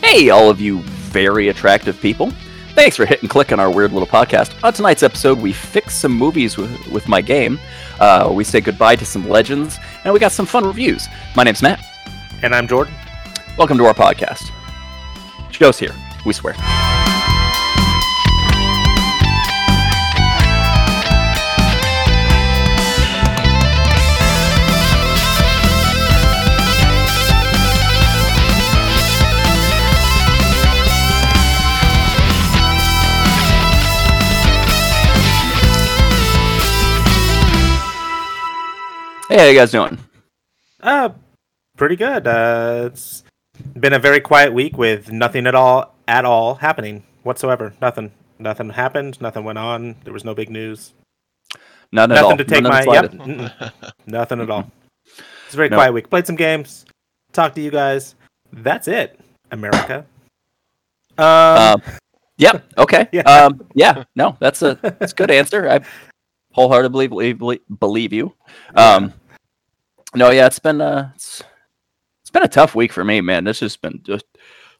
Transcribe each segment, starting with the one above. Hey, all of you very attractive people. Thanks for hitting click on our weird little podcast. On tonight's episode, we fix some movies with, with my game. Uh, we say goodbye to some legends, and we got some fun reviews. My name's Matt. And I'm Jordan. Welcome to our podcast. Joe's here, we swear. Hey, how you guys doing? Uh, pretty good. Uh, it's been a very quiet week with nothing at all at all happening whatsoever. Nothing. Nothing happened. Nothing went on. There was no big news. None at nothing all. to take None my. Yep. unslotted. mm-mm. nothing at all. It's a very No. quiet week. Played some games. Talked to you guys. That's it. America. Um, Um, yep. Okay. Yeah. Um, yeah. No, that's a that's a good answer. I wholeheartedly believe believe- believe you. Um, no, yeah, it's been uh, it's, it's been a tough week for me, man. This has been just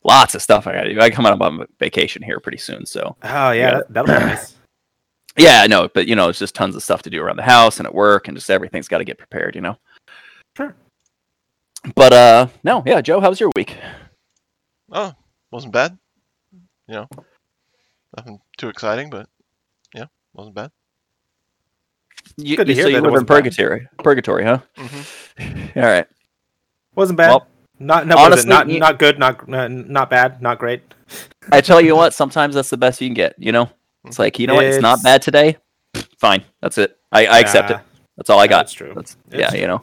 lots of stuff I got to do. I come out on vacation here pretty soon, so oh yeah, yeah. That, that'll be nice. yeah, I know. But you know, it's just tons of stuff to do around the house and at work, and just everything's got to get prepared, you know. Sure. But uh, no, yeah, Joe, how's your week? Oh, wasn't bad. You know, nothing too exciting, but yeah, wasn't bad. You, Good to you- hear so that you it live in wasn't bad. purgatory, purgatory, huh? Mm-hmm. All right. Wasn't bad. Well, not no, what is honestly, it? not you- not good. Not uh, not bad. Not great. I tell you what, sometimes that's the best you can get. You know, it's like you know what, it's not It's- bad today. Fine, that's it. I, I accept it. Nah, That's all I no, got. It's Uh, true. That's It's yeah, you know.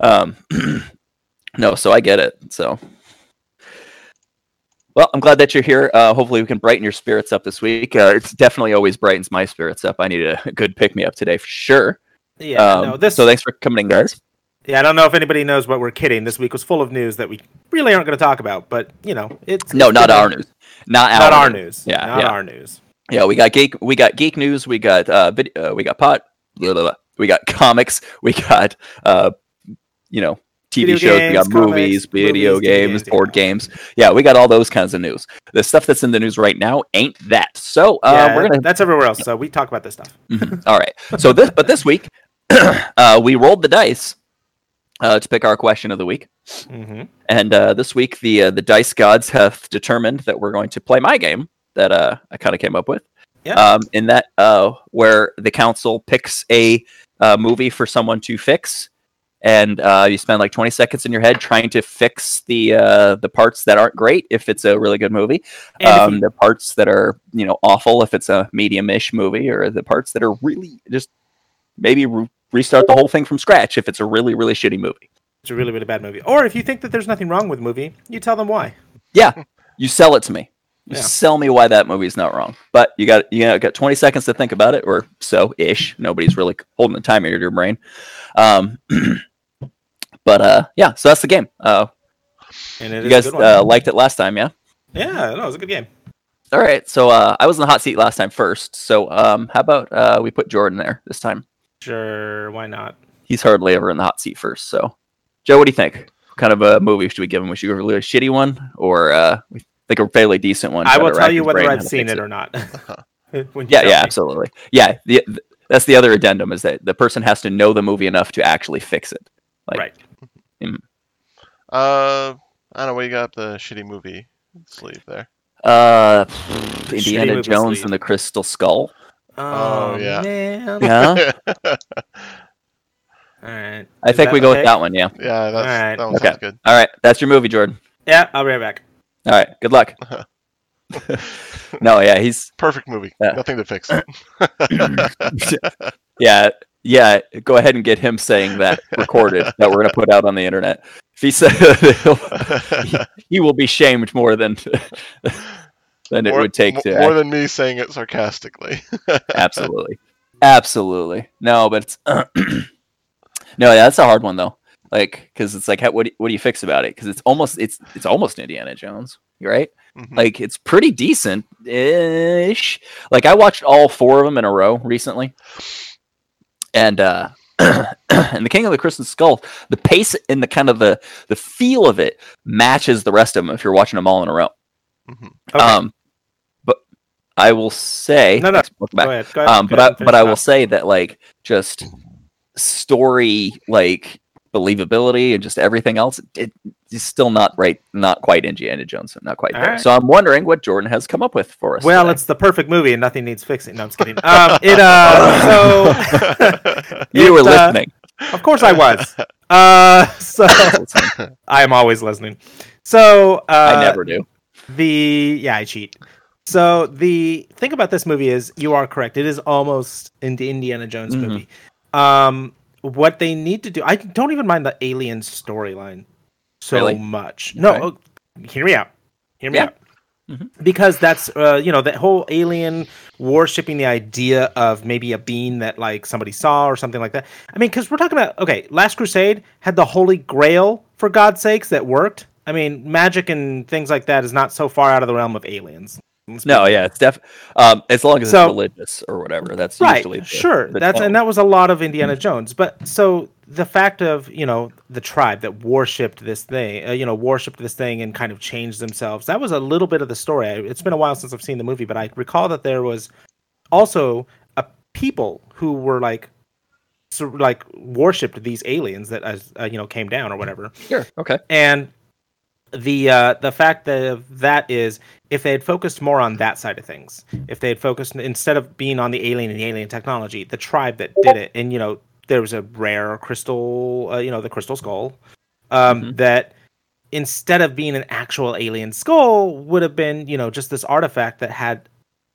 Um, no, so I get it. So, well, I'm glad that you're here. Uh, hopefully, we can brighten your spirits up this week. Uh, it's definitely always brightens my spirits up. I need a good pick me up today for sure. Yeah, um, no, this. So thanks for coming in, guys. yeah, I don't know if anybody knows what we're kidding. This week was full of news that we really aren't going to talk about, but you know, it's No, it's not good our news. Not our. Not our news. news. Yeah, not yeah. our news. Yeah, we got geek. We got geek news. We got uh, vid- uh we got pot. Blah, blah, blah. We got comics. We got uh, you know, TV Video shows. we got games, comics, movies, video movies, TV games, games, yeah. board games. Yeah, we got all those kinds of news. The stuff that's in the news right now ain't that. So uh, yeah, we're gonna That's everywhere else. So we talk about this stuff. Mhm. All right. So this, but this week, uh, we rolled the dice uh, to pick our question of the week, Mm-hmm. and uh, this week the uh, the dice gods have determined that we're going to play my game that uh, I kind of came up with. Yeah. Um, in that, uh, where the council picks a uh, movie for someone to fix, and uh, you spend like 20 seconds in your head trying to fix the uh, the parts that aren't great if it's a really good movie, And if um, you- the parts that are you know awful if it's a medium-ish movie or the parts that are really just maybe re- restart the whole thing from scratch if it's a really really shitty movie it's a really really bad movie. Or if you think that there's nothing wrong with the movie, you tell them why. you sell it to me you Yeah. sell me why that movie's not wrong but you got you know, got 20 seconds to think about it or so ish nobody's really holding the timer to your brain um, but uh yeah so that's the game uh And it is you guys a good one. uh, liked it last time yeah yeah, no, it was a good game. all right so uh i was in the hot seat last time first so um how about uh we put jordan there this time Sure, why not? he's hardly ever in the hot seat first. So, Joe, what do you think? What kind of a movie should we give him? We should give him a really shitty one, or uh, we think a fairly decent one. I try will to tell rack you his whether brain how I've to seen fix it or not. When you Yeah, tell yeah, me. absolutely. Yeah, the, th- that's the other addendum is that the person has to know the movie enough to actually fix it. Like, Right. Uh, I don't know. What you got up the shitty movie sleeve there? Uh, Shitty Indiana movie Jones sleeve. and the Crystal Skull. Oh, Oh, yeah. man. Yeah, All right. I Is think that we go okay? with that one. Yeah. yeah, that's Alright. that one Okay. sounds good. All right, that's your movie, Jordan. Yeah, I'll be right back. All right, good luck. no, yeah, he's Perfect movie. Yeah. Nothing to fix. yeah, yeah. Go ahead and get him saying that recorded that we're gonna put out on the internet. If he said he'll- he will be shamed more than than it More- would take mo- to more than me saying it sarcastically. absolutely, absolutely. No, but it's no, yeah, that's a hard one though. Like, because it's like, how, what do, what do you fix about it? Because it's almost it's it's almost Indiana Jones, right? Mm-hmm. Mhm. Like, it's pretty decent ish. Like, I watched all four of them in a row recently, and uh, and the King of the Crystal Skull, the pace and the kind of the the feel of it matches the rest of them if you're watching them all in a row. Mhm. Mm-hmm. Okay. Um, but I will say, No, no, Let's look back. Go ahead. Go ahead. um, go but ahead I, and but I finish will that. say that like just story like believability and just everything else it is still not right not quite Indiana Jones not quite All there right. so I'm wondering what Jordan has come up with for us Well, today. it's the perfect movie, and nothing needs fixing. No, I'm just kidding. Um, it uh, you were it, uh, listening so of course I was. Uh, so I am always listening. So uh, I never do The yeah, I cheat. So the thing about this movie is you are correct. It is almost an Indiana Jones Mhm. movie. Um what they need to do I don't even mind the alien storyline so Really? much. No, Okay. oh, hear me out. Hear me Yeah. out. Mhm. Because that's uh, you know that whole alien worshipping the idea of maybe a being that like somebody saw or something like that. I mean, because we're talking about okay, Last Crusade had the Holy Grail for God's sakes that worked. I mean, magic and things like that is not so far out of the realm of aliens. no yeah it's def um as long as So- it's religious or whatever that's right usually the- sure the that's tone. Mm. and that was a lot of indiana jones but so the fact of you know the tribe that worshipped this thing uh, you know worshipped this thing and kind of changed themselves that was a little bit of the story I, it's been a while since i've seen the movie but i recall that there was also a people who were like sor- like worshipped these aliens that as uh, you know came down or whatever sure okay and the uh, the fact that that is if they had focused more on that side of things if they had focused instead of being on the alien and the alien technology the tribe that did it and you know there was a rare crystal uh, you know the crystal skull um, Mhm. that instead of being an actual alien skull would have been you know just this artifact that had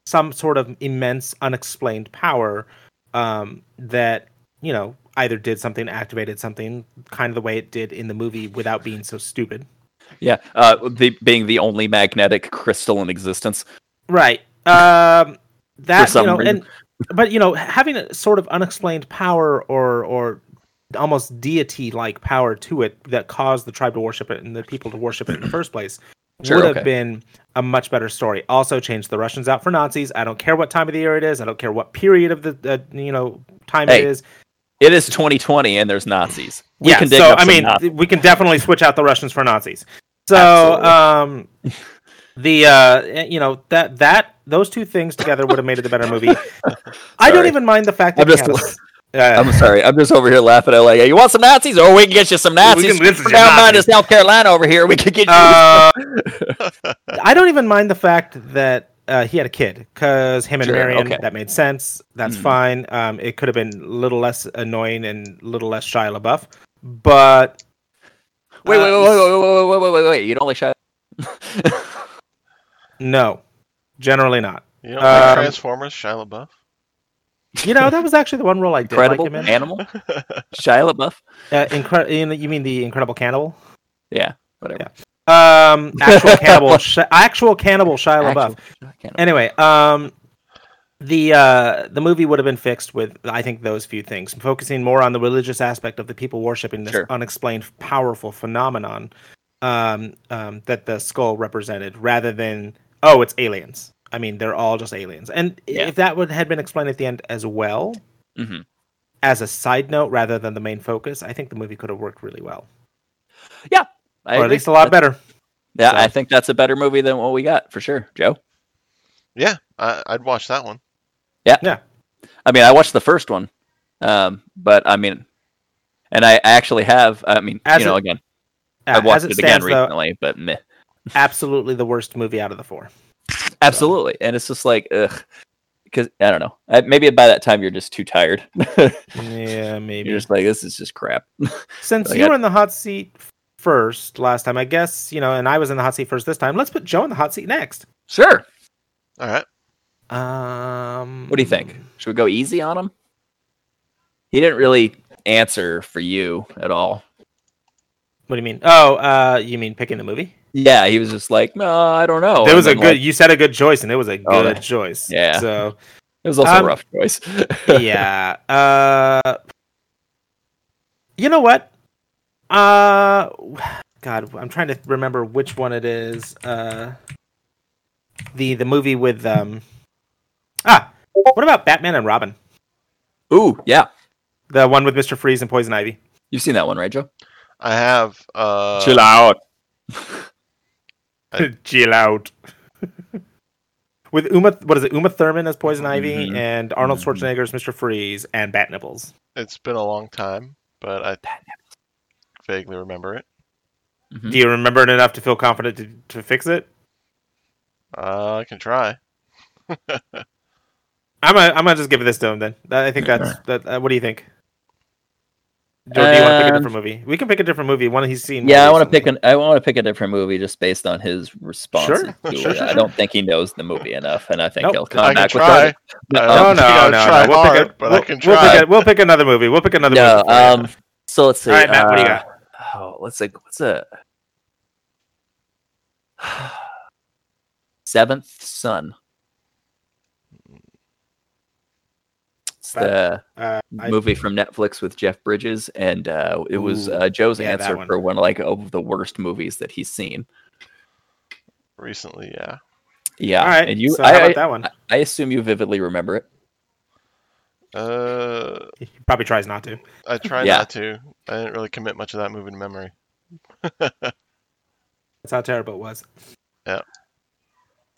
some sort of immense unexplained power um, that you know either did something activated something kind of the way it did in the movie without being so stupid yeah uh the, being the only magnetic crystal in existence Right. Um, that some you know, reason. and but you know, having a sort of unexplained power or or almost deity like power to it that caused the tribe to worship it and the people to worship it in the first place Sure, would okay. have been a much better story. Also, changed the Russians out for Nazis. I don't care what time of the year it is. I don't care what period of the uh, you know time Hey, it is. it is 2020 and there's Nazis we yeah. can dig so up I some mean, Nazis. we can definitely switch out the Russians for Nazis. So um, the uh, you know that that those two things together would have made it a better movie. I don't Sorry. even mind the fact I'm that we just- had a- uh, I'm sorry. I'm just over here laughing at like, you want some Nazis, or we can get you some Nazis. can get you We're down by Nazis." to South Carolina over here. We could get you. uh, I don't even mind the fact that uh, he had a kid because him and Sure, Marion okay. that made sense. That's Mm. fine. Um, it could have been a little less annoying and a little less Shia LaBeouf, but wait, wait, wait, uh, wait, wait, wait, wait, wait, wait, wait. You don't like Shia? no, generally not. you know, like Um, Transformers, Shia LaBeouf. You know that was actually the one role I did Incredible like him in. animal. Shia LaBeouf. Uh, incre- in- you mean the Incredible Cannibal? Yeah, whatever. Um, actual cannibal, Sh- actual cannibal Shia LaBeouf. Actual- I can't- Anyway, um, the uh, the movie would have been fixed with I think those few things, focusing more on the religious aspect of the people worshiping this Sure. unexplained, powerful phenomenon um, um, that the skull represented, rather than oh, it's aliens. I mean, they're all just aliens. And Yeah. if that would had been explained at the end as well, Mhm. as a side note rather than the main focus, I think the movie could have worked really well, I or at agree. least a lot That- better. Yeah, so. I think that's a better movie than what we got for sure, Joe. Yeah, I, I'd watch that one. I mean, I watched the first one, um, but I mean, and I actually have. I mean, As you know, it- again, Uh, I watched as it, again stands, though, recently, but meh. absolutely the worst movie out of the four. Absolutely, and it's just like ugh, because I don't know. I, maybe by that time you're just too tired. Yeah, maybe. You're just like this is just crap. Since Like you I- were in the hot seat f- first last time, I guess, you know, and I was in the hot seat first this time, let's put Joe in the hot seat next. Sure. All right. Um, What do you think? Should we go easy on him? He didn't really answer for you at all. What do you mean? Oh, uh, you mean picking the movie? Yeah, he was just like, no, I don't know. Oh, there And was a then, good, like, you said a good choice, and it was a good Oh, yeah. choice. Yeah. So, it was also um, a rough choice. yeah. Uh, you know what? Uh, God, I'm trying to remember which one it is. Uh, the the movie with um, ah, what about Batman and Robin? Ooh, yeah. The one with Mr. Freeze and Poison Ivy. You've seen that one, right, Joe? I have. Uh, out. Chill out. with Uma. What is it? Uma Thurman as Poison Ivy Mhm. and Arnold Mhm. Schwarzenegger as Mr. Freeze and Bat Nipples. It's been a long time, but I vaguely remember it. Mhm. Do you remember it enough to feel confident to, to fix it? Uh, I can try. I'm gonna, I'm gonna just give it this to him then. That- I think that's that. Uh, what do you think? Or do you want to pick a Um, different movie? We can pick a different movie. One he's seen. more Yeah, I want to recently. pick an I want to pick a different movie just based on his response. Sure, to sure, it. sure, I don't think he knows the movie enough, and I think Nope, he'll I come I can back with try. other- but, I No, um, don't no, think I no, would try no. We'll pick, hard, a, but I we'll, can we'll try. pick a, we'll pick another movie. We'll pick another no. movie. for you. Um, so let's see. All right, Matt, what do you uh, got? Oh, let's see. What's a Seventh Son? It's That- the Uh, I- movie from Netflix with Jeff Bridges, and uh, it was Ooh, uh, Joe's yeah, that answer one. for one like of the worst movies that he's seen. Recently, yeah. Yeah, all right. and you, so how I, about I, that one? I assume you vividly remember it. Uh, He probably tries not to. I tried Yeah. not to. I didn't really commit much of that movie to memory. That's how terrible it was. All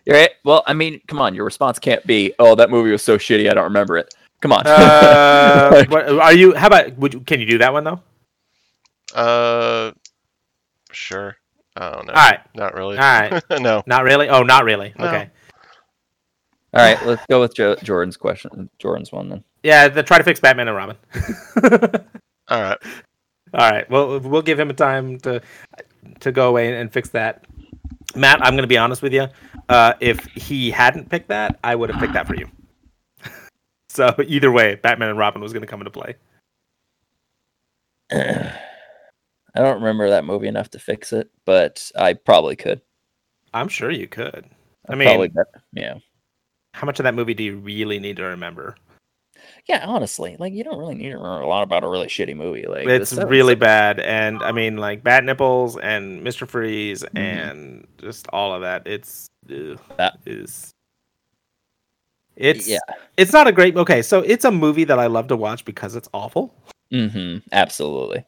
right. Well, I mean, come on, your response can't be, "Oh, that movie was so shitty, I don't remember it." Come on. Uh, what, are you? How about? Would you, can you do that one though? Uh, sure. I don't know. All right, Not really. all right. no. Not really. Oh, not really. No. Okay. All right, let's go with jo- Jordan's question. Jordan's one then. Yeah, the try to fix Batman and Robin. All right. all right. Well, we'll give him a time to to go away and fix that. Matt, I'm going to be honest with you. Uh, if he hadn't picked that, I would have picked that for you. so either way, Batman and Robin was going to come into play. I don't remember that movie enough to fix it, but I probably could. I'm sure you could. I mean, Probably could. Yeah. how much of that movie do you really need to remember? Yeah, honestly, like you don't really need to remember a lot about a really shitty movie. Like the it's seventh really son- bad and i mean like bat nipples and mr freeze and just all of that it's ugh, Mm-hmm. That- is it's Yeah. it's not a great okay so it's a movie that i love to watch because it's awful Mm-hmm. Absolutely.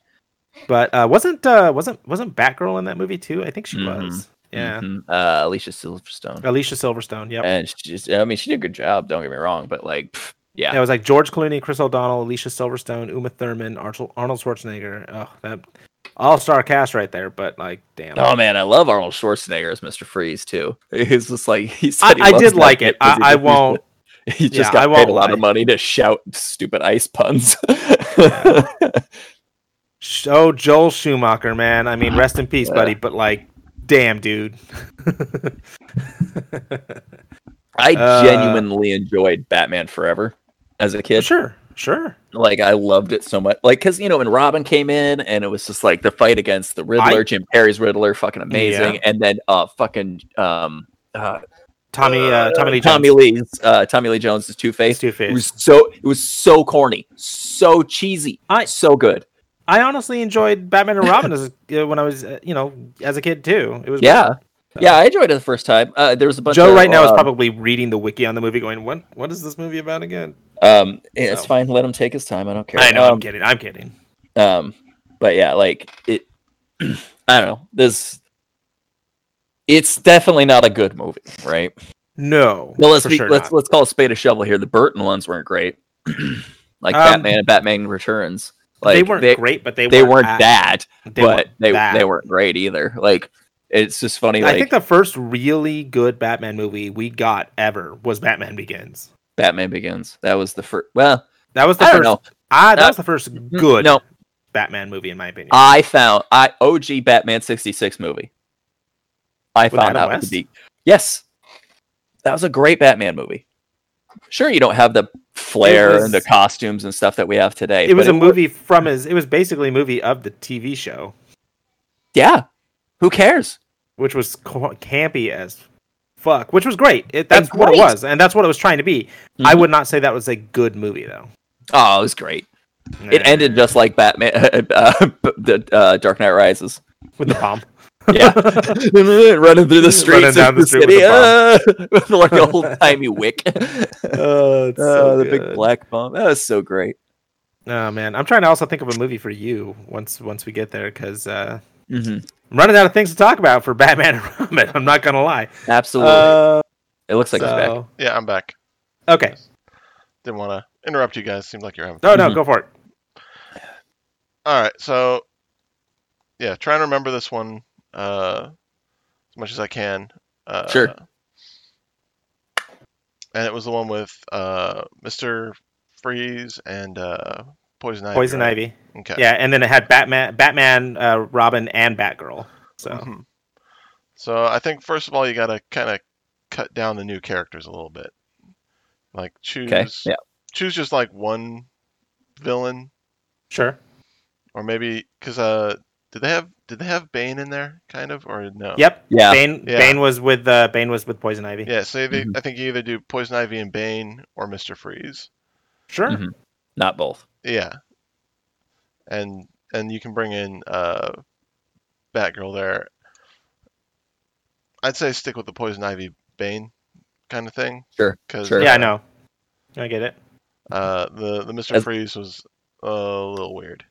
but uh wasn't uh wasn't wasn't batgirl in that movie too i think she Mhm. was yeah Mhm. Uh, Alicia Silverstone. alicia silverstone yep And she just, I mean, she did a good job. Don't get me wrong, but like, pff, yeah, It was like George Clooney, Chris O'Donnell, Alicia Silverstone, Uma Thurman, Arnold Arnold Schwarzenegger. Oh, that all-star cast right there. But like, damn. Oh man, I love Arnold Schwarzenegger as Mr. Freeze too. He's just like he I, said. he I loves did that like bit it. 'cause he I, I just- won't. He just yeah, got I paid won't a lot of lie. money to shout stupid ice puns. Sh- Oh, Joel Schumacher, man. I mean, rest in peace, buddy. But like, damn, dude. I Uh, genuinely enjoyed Batman Forever as a kid. sure, sure. Like I loved it so much. Like because you know when Robin came in and it was just like the fight against the Riddler, Jim Perry's Riddler, fucking amazing, and then uh fucking um uh, Tommy, uh, Tommy Lee, Tommy Lee's uh, Tommy Lee Jones is Two Face. Two It was so it was so corny, so cheesy, I- so good. I honestly enjoyed Batman and Robin as a, uh, when I was, uh, you know, as a kid too. It was Yeah, yeah, I enjoyed it the first time. Uh, there was a bunch. Joe of, right now is um, probably reading the wiki on the movie, going, "What? What is this movie about again?" Um, yeah, it's so. fine. Let him take his time. I don't care. I know. I'm Um, kidding. I'm kidding. um, but yeah, like it. I don't know. This. It's definitely not a good movie, right? No. Well, let's for be, sure let's not. let's call a spade a shovel here. The Burton ones weren't great, like Um, Batman and Batman Returns. Like they weren't great, but they They weren't bad. bad. They but weren't they bad. they weren't great either. Like it's just funny. Like I think the first really good Batman movie we got ever was Batman Begins. Batman Begins. That was the first. Well, That was the I don't first. know. Ah, that Uh, was the first good No, Ah, Batman movie, in my opinion. I found I OG Batman '66 movie. I With found Adam out West? to be yes. That was a great Batman movie. Sure, you don't have the flair and the was- costumes and stuff that we have today. it was a but movie from his. It was basically a movie of the TV show, yeah. Who cares? which was co- campy as fuck, which was great. It, that's what it great. was, and that's what it was trying to be. I Mhm. would not say that was a good movie, though. Oh, it was great. It Nah. ended just like Batman, uh, the uh, Dark Knight Rises. with the bomb. Yeah, running through the streets down of the the, street city with ah, with like an old timey wick. Oh, it's Oh, the big black bomb. That was so great. Oh man, I'm trying to also think of a movie for you once once we get there because uh, Mhm. I'm running out of things to talk about for Batman and Robin. I'm not gonna lie. Absolutely. Uh, It looks like he's back. so, Yeah, I'm back. okay. Didn't want to interrupt you guys. Seemed like you're having. No, no, Mhm. go for it. All right, so yeah, trying to remember this one uh, as much as I can. Uh, Sure. And it was the one with uh, Mister Freeze and uh, Poison Ivy. Poison right? Ivy. Okay. Yeah, and then it had Batman, Batman, uh, Robin, and Batgirl. So Mhm. So I think first of all, you got to kind of cut down the new characters a little bit. Like choose Okay. Yeah. choose just like one villain, sure. or maybe because uh, did they have did they have Bane in there kind of or no? Yep. Yeah. Bane. Oh. Yeah. Bane was with uh, Bane was with Poison Ivy. Yeah, so they, Mhm. I think you either do Poison Ivy and Bane or Mister Freeze. Sure. Mm-hmm. Mhm. Not both. Yeah, and and you can bring in uh, Batgirl there. I'd say stick with the Poison Ivy Bane kind of thing. Sure, 'cause, sure. Yeah, I uh, know. I get it. Uh, the the Mister As- Freeze was a little weird.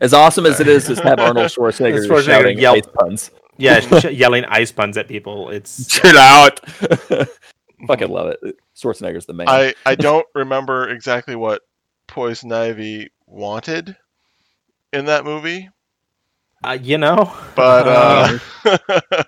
As awesome as it is to have Arnold Schwarzenegger, Schwarzenegger shouting yelp. ice puns. Yeah, sh- yelling ice puns at people. It's Get out! Fucking love it. Schwarzenegger's the man. I I don't remember exactly what Poison Ivy wanted in that movie, uh, you know. but uh,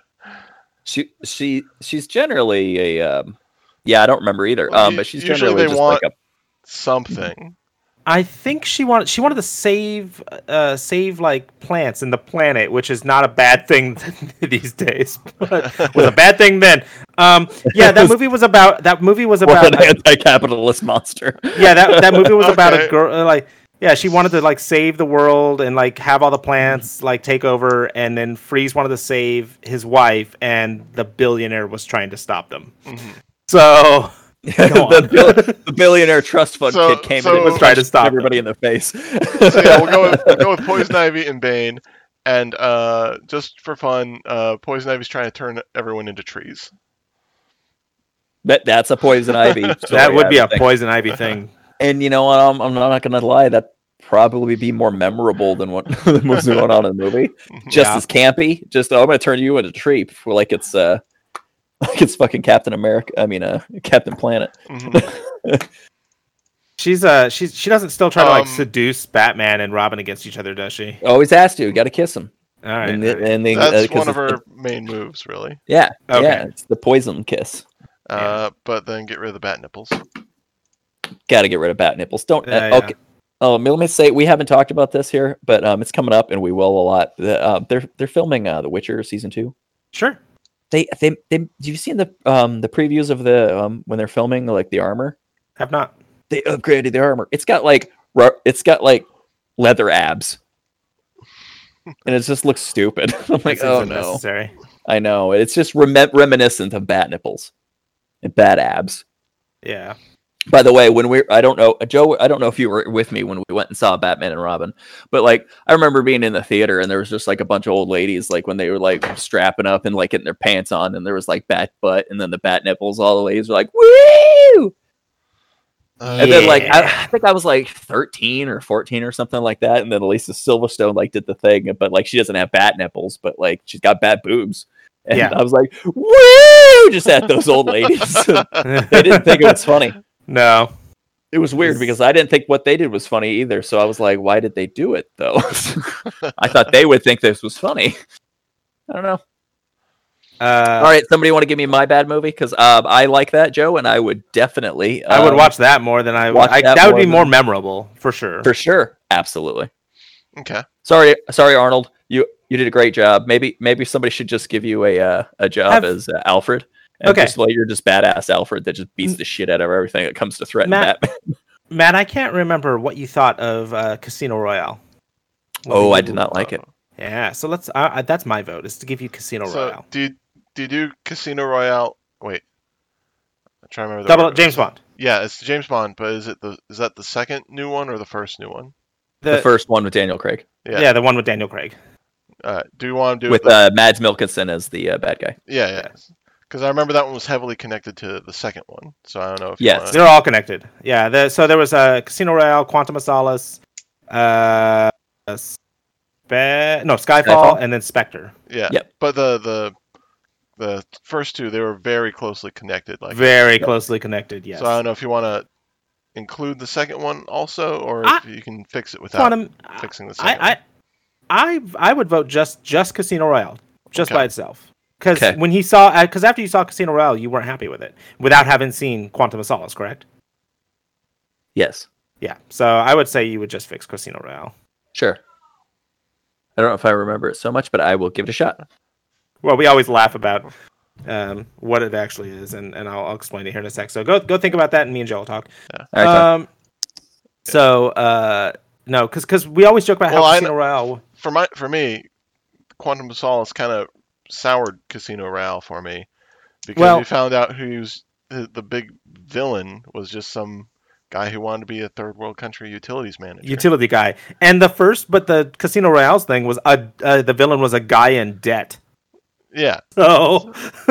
she she she's generally a um, yeah I don't remember either. Well, Um, u- but she's usually generally they just want- like a something. I think she wanted she wanted to save uh save like plants and the planet, which is not a bad thing these days. But was a bad thing then. Um yeah, that movie was about that movie was what about an anti-capitalist monster. yeah, that that movie was about a Okay. girl uh, like yeah, she wanted to like save the world and like have all the plants like take over and then Freeze wanted to save his wife and the billionaire was trying to stop them. Mhm. So Go the, on. bill- the billionaire trust fund So- kid came so- in and Was trying to punched stop everybody in the face. So yeah, we'll go with we'll go with Poison Ivy and Bane, and uh, just for fun, uh, Poison Ivy's trying to turn everyone into trees. That that's a poison ivy. that story, would I be a think. poison ivy thing. And you know what? I'm, I'm not gonna lie. That probably be more memorable than what than was going on in the movie. Just Yeah. as campy. Just oh, I'm gonna turn you into a tree, for like it's uh, like it's fucking Captain America. I mean, uh, Captain Planet. Mhm. She's uh she's she doesn't still try to Um, like seduce Batman and Robin against each other, does she? Always has to. Got to kiss him. All right. And, the, and the, uh, That's 'cause one of it's the- her main moves, really. yeah. Okay. Yeah. It's the poison kiss. Uh, But then get rid of the bat nipples. Got to get rid of bat nipples. Don't. Yeah, uh, yeah. Okay. Oh, let me say we haven't talked about this here, but um, it's coming up, and we will a lot. The, uh, they're they're filming uh, The Witcher season two. Sure. they they they you've seen the um the previews of the um when they're filming like the armor Have not. they upgraded the armor it's got like ru- it's got like leather abs and it just looks stupid i'm like That seems oh no unnecessary. i know it's just rem- reminiscent of bat nipples and bat abs Yeah. by the way when we i don't know joe i don't know if you were with me when we went and saw batman and robin but like i remember being in the theater and there was just like a bunch of old ladies like when they were like strapping up and like getting their pants on and there was like bat butt and then the bat nipples all the ladies were like woo and then like I, I think i was like 13 or 14 or something like that and then elisa silverstone like did the thing but like she doesn't have bat nipples but like she's got bat boobs and Yeah. i was like woo just at those old ladies they didn't think it was funny no. it was weird It's- because I didn't think what they did was funny either. So I was like, why did they do it though? I thought they would think this was funny. I don't know. All Uh, right, somebody want to give me my bad movie because um, I like that Joe, and I would definitely. I would um, watch that more than I would. watch I, that that, would more be than- more memorable for sure. for sure. Absolutely. okay. Sorry, sorry, Arnold. You you did a great job. Maybe maybe somebody should just give you a uh, a job Have- as uh, Alfred. And Okay. Just, like, you're just badass Alfred that just beats the shit out of everything that comes to threaten Matt- Batman. Matt, I can't remember what you thought of uh, Casino Royale. What Oh, did I you- did not like it. Yeah. So let's. I I that's my vote is to give you Casino So Royale. do you, do you do Casino Royale? Wait, I'm trying to remember. The Double order. James Bond. Yeah, it's James Bond, but is it the is that the second new one or the first new one? The, first one with Daniel Craig yeah. yeah. the one with Daniel Craig. Uh, do you want to do it with the- uh, Mads Mikkelsen as the uh, bad guy. yeah, yeah. Because I remember that one was heavily connected to the second one, so I don't know if you Yes. wanna- They're all connected. Yeah. The, so there was uh, Casino Royale, Quantum of Solace, uh, Spe- no Skyfall, Skyfall? and then Spectre. yeah. Yep. But the the the first two, they were very closely connected. Like, Very closely connected, yes. so I don't know if you want to include the second one also, or if you can fix it without Quantum, fixing the second. I, I, I, I would vote just just Casino Royale, just Okay. by itself. Because Okay. when he saw, because after you saw Casino Royale, you weren't happy with it without having seen Quantum of Solace, correct? Yes. Yeah. So I would say you would just fix Casino Royale. Sure. I don't know if I remember it so much, but I will give it a shot. Well, we always laugh about um, what it actually is, and, and I'll, I'll explain it here in a sec. So go go think about that, and me and Joe will talk. All right, Tom. um, so uh, no, because we always joke about Well, how I- Casino Royale. for my for me, Quantum of Solace kind of soured Casino Royale for me because Well- we found out who's the the big villain was just some guy who wanted to be a third world country utilities manager. utility guy. And the first, but the Casino Royale's thing was a uh, the villain was a guy in debt. yeah, So,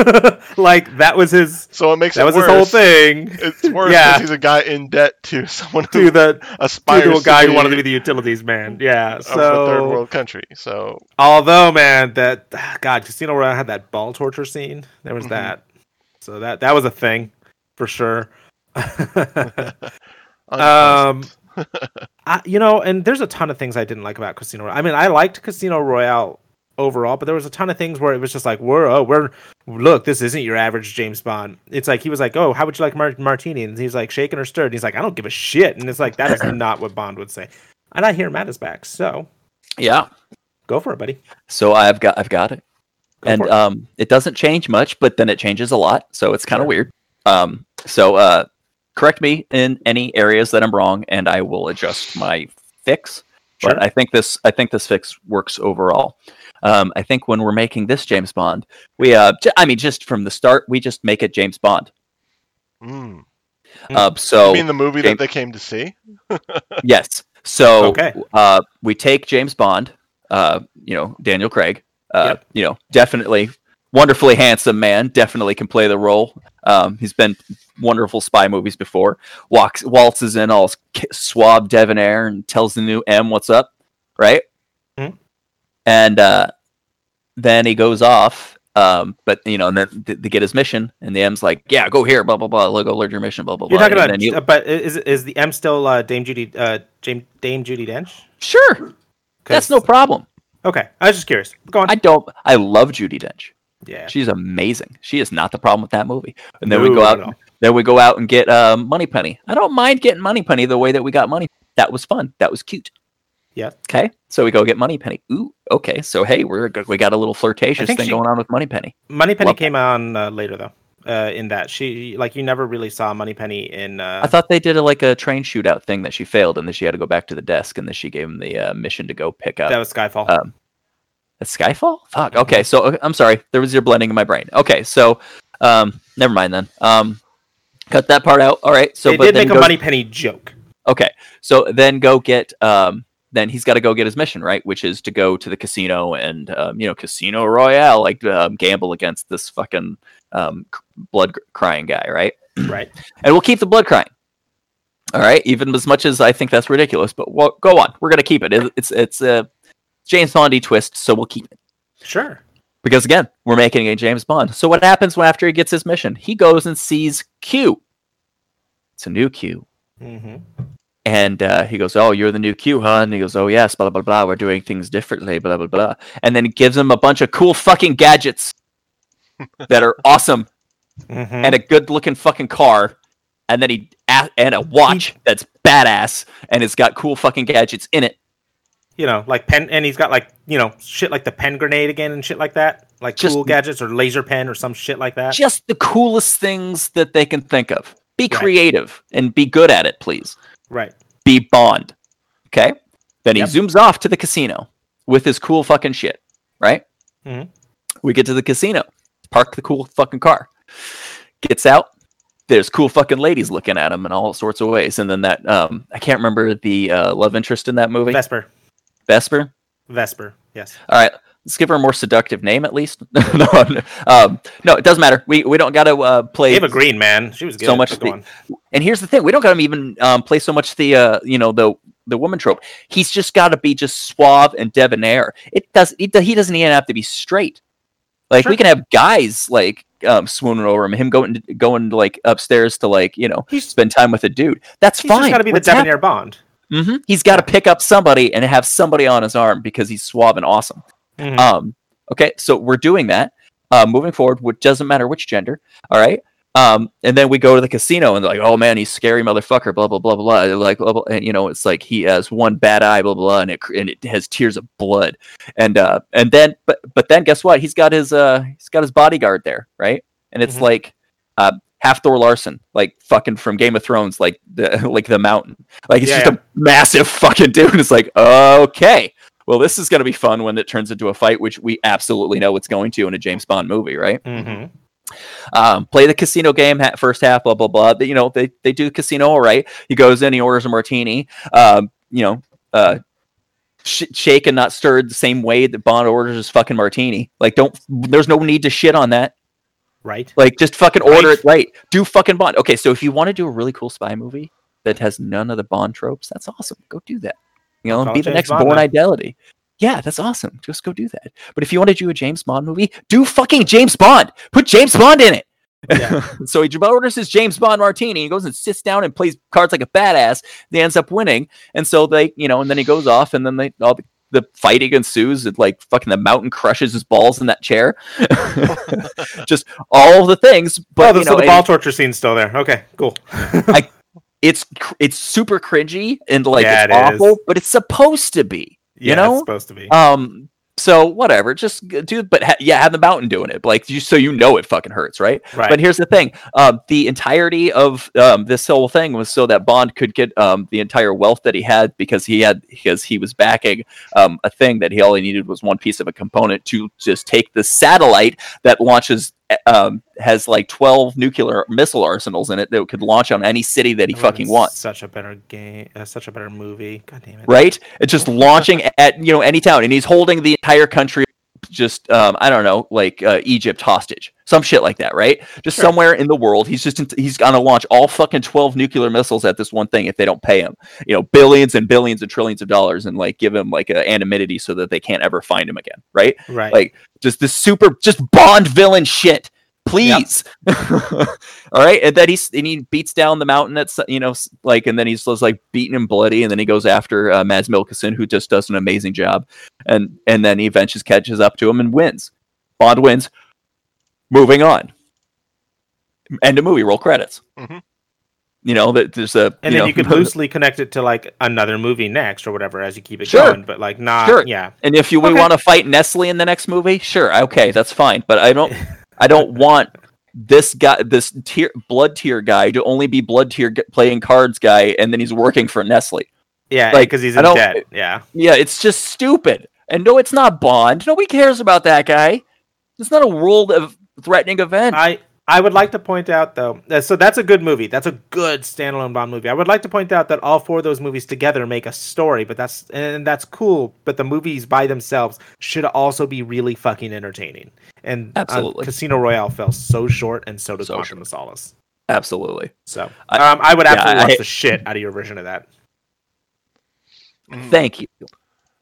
like that was his so it makes that it was worse. his whole thing It's worse Yeah. because he's a guy in debt to someone who to the aspires to a guy to who be wanted to be the utilities man. Yeah. of a third So world country. So although man, that God Casino Royale had that ball torture scene. There was Mhm. that. So that that was a thing for sure. Um, unpleasant. I, you know, and there's a ton of things I didn't like about Casino Royale. I mean, I liked Casino Royale overall, but there was a ton of things where it was just like, we're, oh, we're, look, this isn't your average James Bond. It's like, he was like, oh, how would you like mar- martini? And he's like, shaken or stirred. And he's like, I don't give a shit. And it's like, that is not what Bond would say. And I hear Matt is back. So yeah. go for it, buddy. So I've got I've got it. Go and for it. um it doesn't change much, but then it changes a lot, so it's kind of weird. Um so uh correct me in any areas that I'm wrong and I will adjust my fix. But I think this I think this fix works overall. Um, I think when we're making this James Bond, we uh, j- I mean, just from the start, we just make it James Bond. Mm. Mm-hmm. Uh, you oh, so mean the movie James- that they came to see? yes. So Okay. uh, we take James Bond, uh, you know, Daniel Craig, uh, Yep. you know, definitely wonderfully handsome man, definitely can play the role. Um, he's been wonderful spy movies before. Walks, waltzes in all k- suave debonair and tells the new M what's up, right? Mhm. And uh, then he goes off. Um, but you know, and then th- they get his mission, and the M's like, "Yeah, go here, blah blah blah, go alert your mission, blah blah You're blah." talking and about, then you- uh, but is, is the M still uh, Dame Judy, uh, Dame, Dame Judy Dench? sure, 'Cause- that's no problem. Okay. I was just curious. Go on. I don't. I love Judy Dench. yeah. She's amazing. She is not the problem with that movie. And then we No, go not out. at all. Then we go out and get um, Money Penny. I don't mind getting Money Penny the way that we got Money. That was fun. That was cute. Yeah. Okay. So we go get Money Penny. Ooh. Okay. So hey, we're go- we got a little flirtatious think thing she- going on with Money Penny. Moneypenny Love came on uh, later though. Uh, in that she like you never really saw Moneypenny in. Uh, I thought they did a, like a train shootout thing that she failed, and then she had to go back to the desk, and then she gave him the uh, mission to go pick up. that was Skyfall. uh, That's Skyfall? Fuck. Okay, so okay, I'm sorry. There was your blending in my brain. Okay, so um never mind then. Um cut that part out. All right. So they but did then make a goes- Moneypenny joke. Okay. So then go get um then he's got to go get his mission, right? Which is to go to the casino and um, you know, Casino Royale like um, gamble against this fucking um c- blood cr- crying guy, right? right. And we'll keep the blood crying. All right, even as much as I think that's ridiculous, but well, go on. We're going to keep it. It- It's it's a James Bondy twist, so we'll keep it. Sure. Because again, we're making a James Bond. So what happens when after he gets his mission? He goes and sees Q. It's a new Q. hmm And uh, he goes, Oh, you're the new Q, huh? And he goes, Oh, yes, blah, blah, blah. We're doing things differently, blah, blah, blah. And then he gives him a bunch of cool fucking gadgets that are awesome Mm-hmm. and a good looking fucking car. And then he, a- and a watch that's badass and it's got cool fucking gadgets in it. you know, like pen, and he's got like you know shit like the pen grenade again and shit like that, like Just- cool gadgets or laser pen or some shit like that. Just the coolest things that they can think of. Be Right. creative and be good at it, please. right. be Bond. Okay. Then he Yep. zooms off to the casino with his cool fucking shit, right? Mhm. We get to the casino, park the cool fucking car, gets out. There's cool fucking ladies looking at him in all sorts of ways. And then that, um, I can't remember the uh, love interest in that movie, Vesper. Vesper. Vesper. Yes. All right. Let's give her a more seductive name at least. no, no, um, no, it doesn't matter. We, we don't got to uh, play Ava Green, man, she was good. So much Go the- on. and here's the thing: we don't got to even um, play so much the uh, you know the the woman trope. He's just got to be just suave and debonair. It does. It, he doesn't even have to be straight. Like Sure. we can have guys like um, swooning over him, him going going like upstairs to like you know He's- spend time with a dude. That's He's fine. just got to be the What's hap- debonair Bond. hmm He's got to pick up somebody and have somebody on his arm because he's suave and awesome. Mhm. Um, okay, so we're doing that. Uh, moving forward, which doesn't matter which gender. All right. Um, and then we go to the casino and they're like, oh man, he's scary motherfucker. Blah blah blah blah blah. Like, blah, blah, and, you know, it's like he has one bad eye. Blah blah, blah and it cr- and it has tears of blood. And uh, and then but but then guess what? He's got his uh he's got his bodyguard there, right? And it's Mhm. like uh, half Thor Larson, like fucking from Game of Thrones, like the like the mountain. Like it's Yeah, just yeah. a massive fucking dude. It's like, okay, well, this is gonna be fun when it turns into a fight, which we absolutely know it's going to in a James Bond movie, right? Mhm. Um, play the casino game ha- first half, blah blah blah. They, you know, they they do casino all right. He goes in, he orders a martini. Um, you know, uh, sh- shake and not stirred the same way that Bond orders his fucking martini. Like, don't. There's no need to shit on that. Right. Like, just fucking order Right. it right. Do fucking Bond. Okay, so if you want to do a really cool spy movie that has none of the Bond tropes, that's awesome. Go do that. You know, Call and be it the James next Bond Born then. Identity. Yeah, that's awesome. Just go do that. But if you want to do a James Bond movie, do fucking James Bond. Put James Bond in it. Yeah. So he j- orders his James Bond martini. He goes and sits down and plays cards like a badass. They ends up winning, and so they, you know, and then he goes off, and then they all the, the fighting ensues. It like fucking the mountain crushes his balls in that chair, just all the things. oh, But the, you so know, the and ball torture scene's still there. Okay, cool. it's cr- it's super cringy and like Yeah, it's it awful, is. but it's supposed to be. You Yeah, know? it's supposed to be. Um, so whatever, just g- do. But ha- yeah, have the mountain doing it, like you, so you know it fucking hurts, right? right. But here's the thing: um, the entirety of um, this whole thing was so that Bond could get um, the entire wealth that he had because he had because he was backing um, a thing that he all he needed was one piece of a component to just take the satellite that launches eh, um, has like twelve nuclear missile arsenals in it that could launch on any city that he That would've fucking been wants. Such a better game. Uh, such a better movie. God damn it. Right? It's just launching at you know any town, and he's holding the entire country. Just um, I don't know, like uh, Egypt hostage, some shit like that, right? Just Sure. somewhere in the world, he's just he's gonna launch all fucking twelve nuclear missiles at this one thing if they don't pay him, you know, billions and billions and trillions of dollars, and like give him like a anonymity so that they can't ever find him again, right? Right. Like just this super just Bond villain shit. Please, all right, and then he's and he beats down the mountain at s- you know s- like, and then he's just like beaten and bloody, and then he goes after uh, Mads Mikkelsen, who just does an amazing job, and and then he eventually catches up to him and wins. Bond wins. Moving on. End of movie. Roll credits. Mhm. You know that there's a Mm-hmm. and you then know, you could loosely connect it to like another movie next or whatever as you keep it Sure. going. But like not. Sure. Yeah. And if you we Okay. want to fight Nestle in the next movie, sure, okay, that's fine. But I don't, I don't want this guy, this tier blood tier guy, to only be blood tier g- playing cards guy, and then he's working for Nestle. Yeah. Like, Because he's I in don't- debt. Yeah. Yeah, it's just stupid. And no, it's not Bond. Nobody cares about that guy. It's not a world of threatening event. I I would like to point out though, uh, so that's a good movie. That's a good standalone Bond movie. I would like to point out that all four of those movies together make a story, but that's and that's cool. But the movies by themselves should also be really fucking entertaining. And uh, Absolutely. Casino Royale fell so short, and so did So Quantum of Solace. Absolutely. So I- um, I would yeah, absolutely I- watch the shit out of your version of that. Mm, Thank you.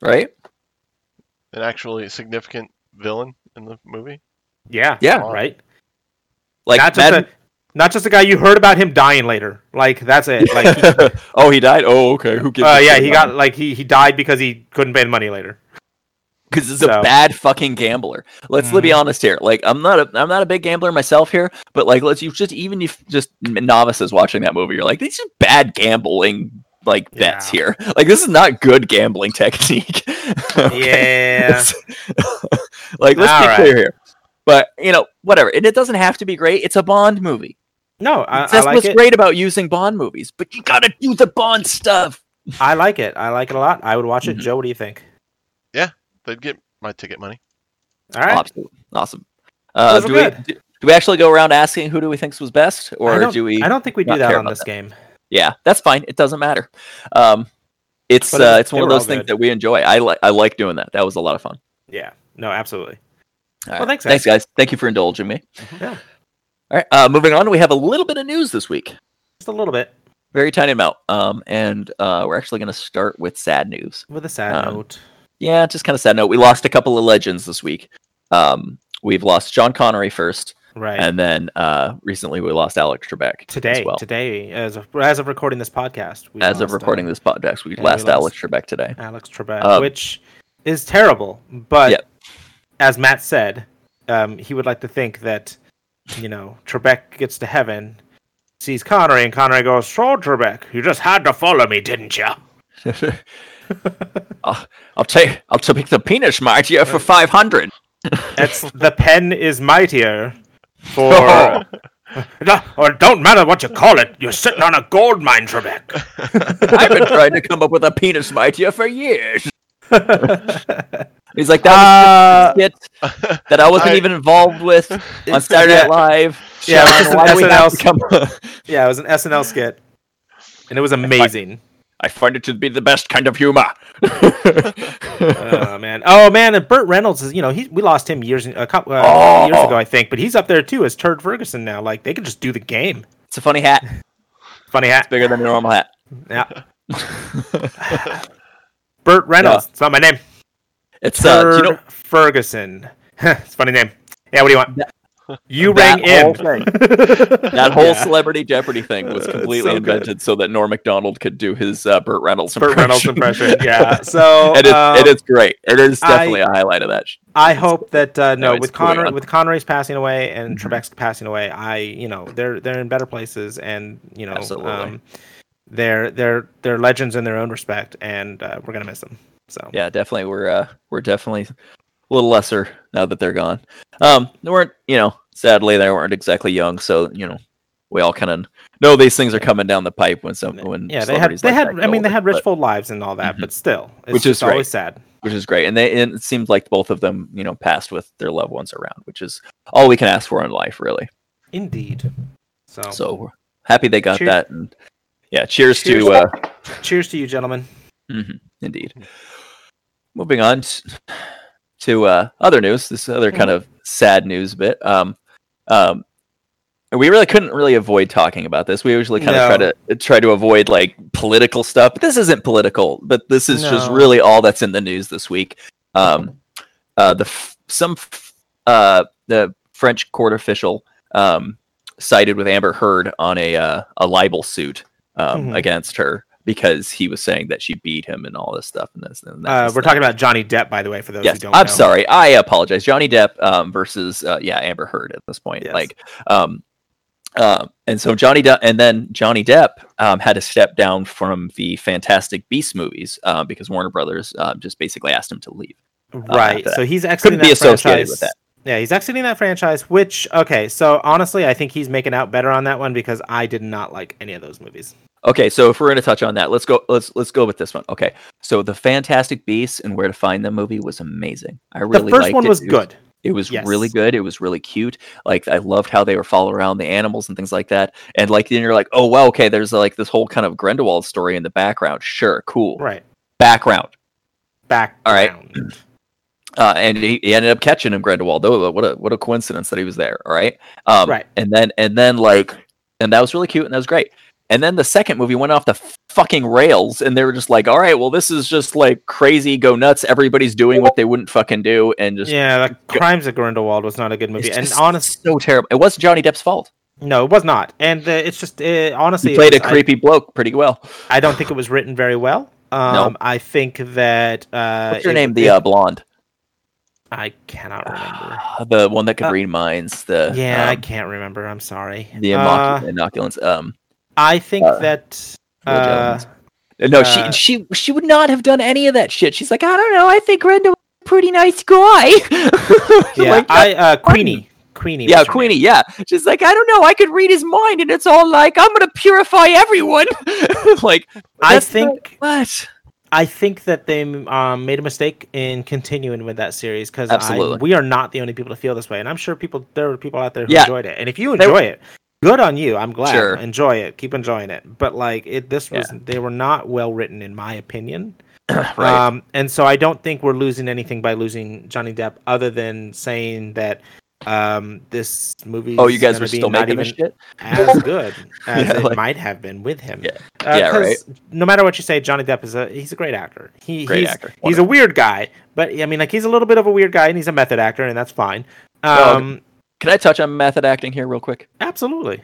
Right? An actually significant villain in the movie. Yeah, Yeah. right. Like not just Mad- a not just a guy you heard about him dying later. Like that's it. Like he, oh, he died. Oh, okay. Who gives? uh, yeah, he got like he he died because he couldn't pay the money later. because he's So- Mm-hmm. a bad fucking gambler. Let's be honest here. Like I'm not a I'm not a big gambler myself here, but like let's you just even if just novices watching that movie, you're like these are bad gambling like bets here. Like this is not good gambling technique. Okay? Yeah. like let's All be right. clear here. But you know whatever, and it doesn't have to be great. It's a Bond movie. No, I, I That's like what's it. great about using Bond movies. But you gotta do the Bond stuff. I like it. I like it a lot. I would watch it. Mhm. Joe, what do you think? They'd get my ticket money. All right. Awesome. Awesome. Uh, Those were do we good. do, do we actually go around asking who do we think was best, I or don't- do we? I don't think we do not that care on about this that. game. yeah that's fine it doesn't matter um it's But uh it- it's one they of were all those things good. that we enjoy i like i like doing that that was a lot of fun Yeah. No, absolutely. All Well, thanks, thanks guys thank you for indulging me Yeah. all right uh moving on we have a little bit of news this week Just a little bit very tiny amount um and uh we're actually going to start with sad news with a sad Um, note. yeah just kind of sad note we lost a couple of legends this week um we've lost John Connery first, Right. and then uh, recently we lost Alex Trebek today, as well. today, as of, as of recording this podcast, we as of lost, uh, recording this podcast, we yeah, we last lost- Alex Trebek today. Alex Trebek, Um, which is terrible. But Yep. as Matt said, um, he would like to think that, you know, Trebek gets to heaven, sees Connery, and Connery goes, "So Trebek, you just had to follow me, didn't you?" I'll, I'll take I'll take the penis mightier for five hundred. It's the pen is mightier. For Oh. No, or it don't matter what you call it, you're sitting on a gold mine, Trebek. I've been trying to come up with a penis mightier for years. He's like Uh, that was just a skit that I wasn't I- even involved with on It's- Saturday yeah. Night Live. Yeah, it's Sharon, just an why do we SNL have to come- Yeah, it was an SNL skit, and it was amazing. I find it to be the best kind of humor. oh man, oh man, and Burt Reynolds is you know he we lost him years a couple uh, Oh. years ago I think, but he's up there too as Turd Ferguson now. Like they can just do the game. it's a funny hat, Funny hat. bigger than a normal hat. Yeah. Burt Reynolds. It's not my name. It's uh, do Turd you know, Ferguson. it's a funny name. Yeah. What do you want? You That rang in. whole thing. that whole Yeah. celebrity Jeopardy thing was It's completely so good. invented so that Norm Macdonald could do his uh, Burt Reynolds Burt Reynolds impression. Yeah. So it is um, it is great. It is I- definitely a highlight of that. sh- I hope that uh, no, it's with cooling Conner on. with Connery's passing away and Mhm. Trebek's passing away, I you know they're they're in better places and you know Absolutely. um, they're they're they're legends in their own respect and uh, we're gonna miss them. So Yeah, definitely. We're uh, we're definitely a little lesser now that they're gone. Um, they weren't you know sadly they weren't exactly young, so you know we all kind of know these things are coming down the pipe when some when yeah, they had celebrities they like had that get I mean they older, had but- rich full lives and all that, Mhm. but still, it's Which is just great. always sad. which is great. And they and it seemed like both of them, you know, passed with their loved ones around, which is all we can ask for in life, really. Indeed. So, So we're happy they got Oh. Cheers. that. And yeah, cheers, Cheers. to uh, cheers to you, gentlemen. mhm, indeed. Moving on s- to uh, other news. This other kind Mm-hmm. of sad news bit. Um, um, we really couldn't really avoid talking about this. We usually kind of No. try to try to avoid like political stuff, but this isn't political. But this is just No. really all that's in the news this week. Um, uh, the f- some f- uh, the French court official um, sided with Amber Heard on a uh, a libel suit um, Mhm. against her because he was saying that she beat him and all this stuff and this and that. Uh, and we're that. talking about Johnny Depp, by the way, for those who Yes, don't. I'm know. sorry. I apologize. Johnny Depp um, versus uh, yeah Amber Heard at this point. Yes. Like, um, uh, and so Johnny Depp, and then Johnny Depp um, had to step down from the Fantastic Beasts movies uh, because Warner Brothers uh, just basically asked him to leave. Right. after that. So he's exiting Couldn't that be associated franchise. with that. Yeah, he's exiting that franchise, which okay, so honestly, I think he's making out better on that one because I did not like any of those movies. Okay, so if we're gonna touch on that, let's go. Let's let's go with this one. Okay, so the Fantastic Beasts and Where to Find Them movie was amazing. I really the first liked one it. was It good. It was really Yes. good. It was really cute. Like I loved how they were following around the animals and things like that. And like then you're like, oh wow, okay. There's like this whole kind of Grendelwald story in the background. Sure, cool. Right. Background. Back All right. Uh, and he, he ended up catching him, Grendelwald. Though what a what a coincidence that he was there. All right. Um, Right. And then and then like and that was really cute and that was great. And then the second movie went off the fucking rails, and they were just like, all right, well, this is just like crazy, go nuts. Everybody's doing what they wouldn't fucking do, and just Yeah, the Crimes of Grindelwald was not a good it's movie, and just honest, so terrible. It wasn't Johnny Depp's fault. no, it was not. And uh, it's just uh, honestly, He it played a was- I- creepy bloke pretty well. I, don't think it was written very well. Um, I think that uh, What's your it- name? it- The uh, blonde, I cannot remember. the one that could Uh, read minds. The Yeah, I um, can't remember. I'm sorry. the uh, inocu- inoculants. Um, I think uh, that. Will Uh, Jones. no, uh, she she she would not have done any of that shit. She's like, I don't know. I think Renda's a pretty nice guy. yeah, Like, I uh, funny. Queenie. Queenie. yeah, was her name. Queenie. Yeah, she's like, I don't know. I could read his mind, and it's all like, I'm gonna purify everyone. like, I that's the- think what? I think that they um, made a mistake in continuing with that series because Absolutely. we are not the only people to feel this way, and I'm sure people there are people out there who Yeah. enjoyed it. And if you There- enjoy it, good on you. I'm glad. Sure. Enjoy it. Keep enjoying it. But like it, this Yeah. was they were not well written in my opinion. right. Um, and so I don't think we're losing anything by losing Johnny Depp, other than saying that um this movie oh, you guys were still not making even this shit. as good as Yeah, it like- might have been with him. Yeah. Uh, Yeah, 'cause right. No matter what you say, Johnny Depp is a he's a great actor. He, Great he's, actor. He's a weird guy, but I mean, like he's a little bit of a weird guy, and he's a method actor, and that's fine. No, Um, Can I touch on method acting here real quick? Absolutely.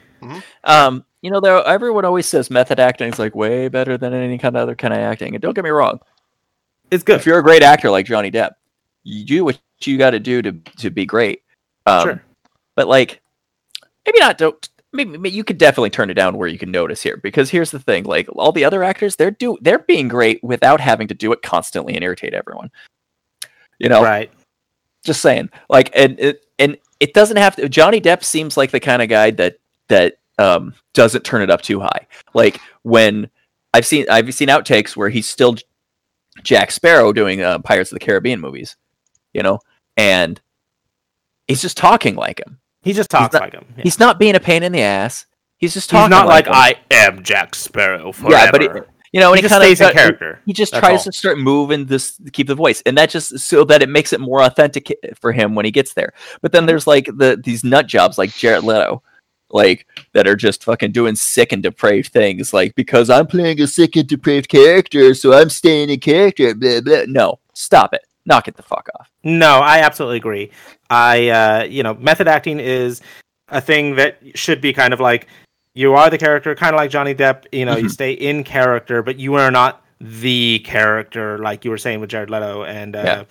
Um, you know, though everyone always says method acting is like way better than any kind of other kind of acting. And don't get me wrong, It's good. if you're a great actor like Johnny Depp, you do what you got to do to to be great. Um, sure. But like, maybe not. Don't maybe, maybe you could definitely turn it down where you can notice here. Because here's the thing: like all the other actors, they're do they're being great without having to do it constantly and irritate everyone. You know, Right. just saying like and it and it doesn't have to johnny depp seems like the kind of guy that that um doesn't turn it up too high like when i've seen i've seen outtakes where he's still J- jack sparrow doing uh, pirates of the caribbean movies you know and he's just talking like him He just talks not- like him. Yeah. he's not being a pain in the ass he's just talking He's not like, him. I am Jack Sparrow forever. Yeah, but he- you know and he just kind stays in of character. he just That's tries all. to start moving this to keep the voice and that just so that it makes it more authentic for him when he gets there but then there's like the these nut jobs like jared leto like that are just fucking doing sick and depraved things like because i'm playing a sick and depraved character so i'm staying in character blah blah no stop it knock it the fuck off No, I absolutely agree. I, uh, you know, method acting is a thing that should be kind of like you are the character, kind of like Johnny Depp. You know, you Mhm. stay in character, but you are not the character, like you were saying with Jared Leto and uh,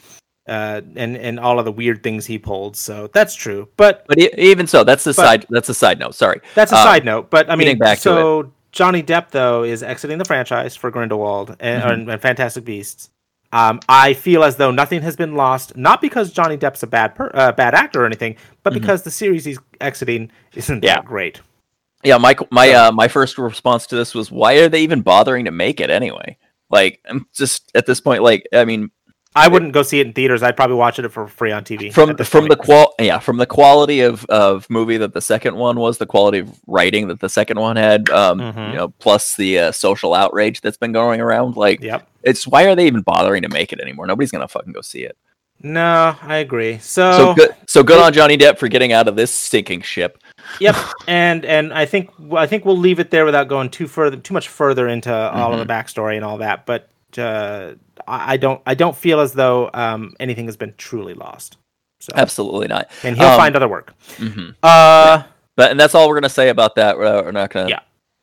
uh, and and all of the weird things he pulled. So that's true. But but e- even so that's the But- side that's a side note sorry that's a Um, side note. But I mean, getting back to so Johnny Depp though is exiting the franchise for Grindelwald and, Mhm. and, and Fantastic Beasts. Um, I feel as though nothing has been lost, not because Johnny Depp's a bad per- uh, bad actor or anything, but Mhm. because the series he's exiting isn't Yeah. that great. Yeah, my my uh, my first response to this was, why are they even bothering to make it anyway? Like, I'm just at this point, like, I mean, I wouldn't go see it in theaters. I'd probably watch it for free on TV. from at this from the point. qual, yeah, from the quality of of movie that the second one was, the quality of writing that the second one had, um, Mhm. you know, plus the uh, social outrage that's been going around, like, yep. it's why are they even bothering to make it anymore? Nobody's gonna fucking go see it. No, I agree. So, so good, so good it- on Johnny Depp for getting out of this sinking ship. yep, and and I think I think we'll leave it there without going too further too much further into all Mm-hmm. of the backstory and all that. But uh, I, I don't I don't feel as though um, anything has been truly lost. So Absolutely not. and he'll um, find other work. hmm Uh, But and that's all we're gonna say about that. We're, we're not gonna Yeah.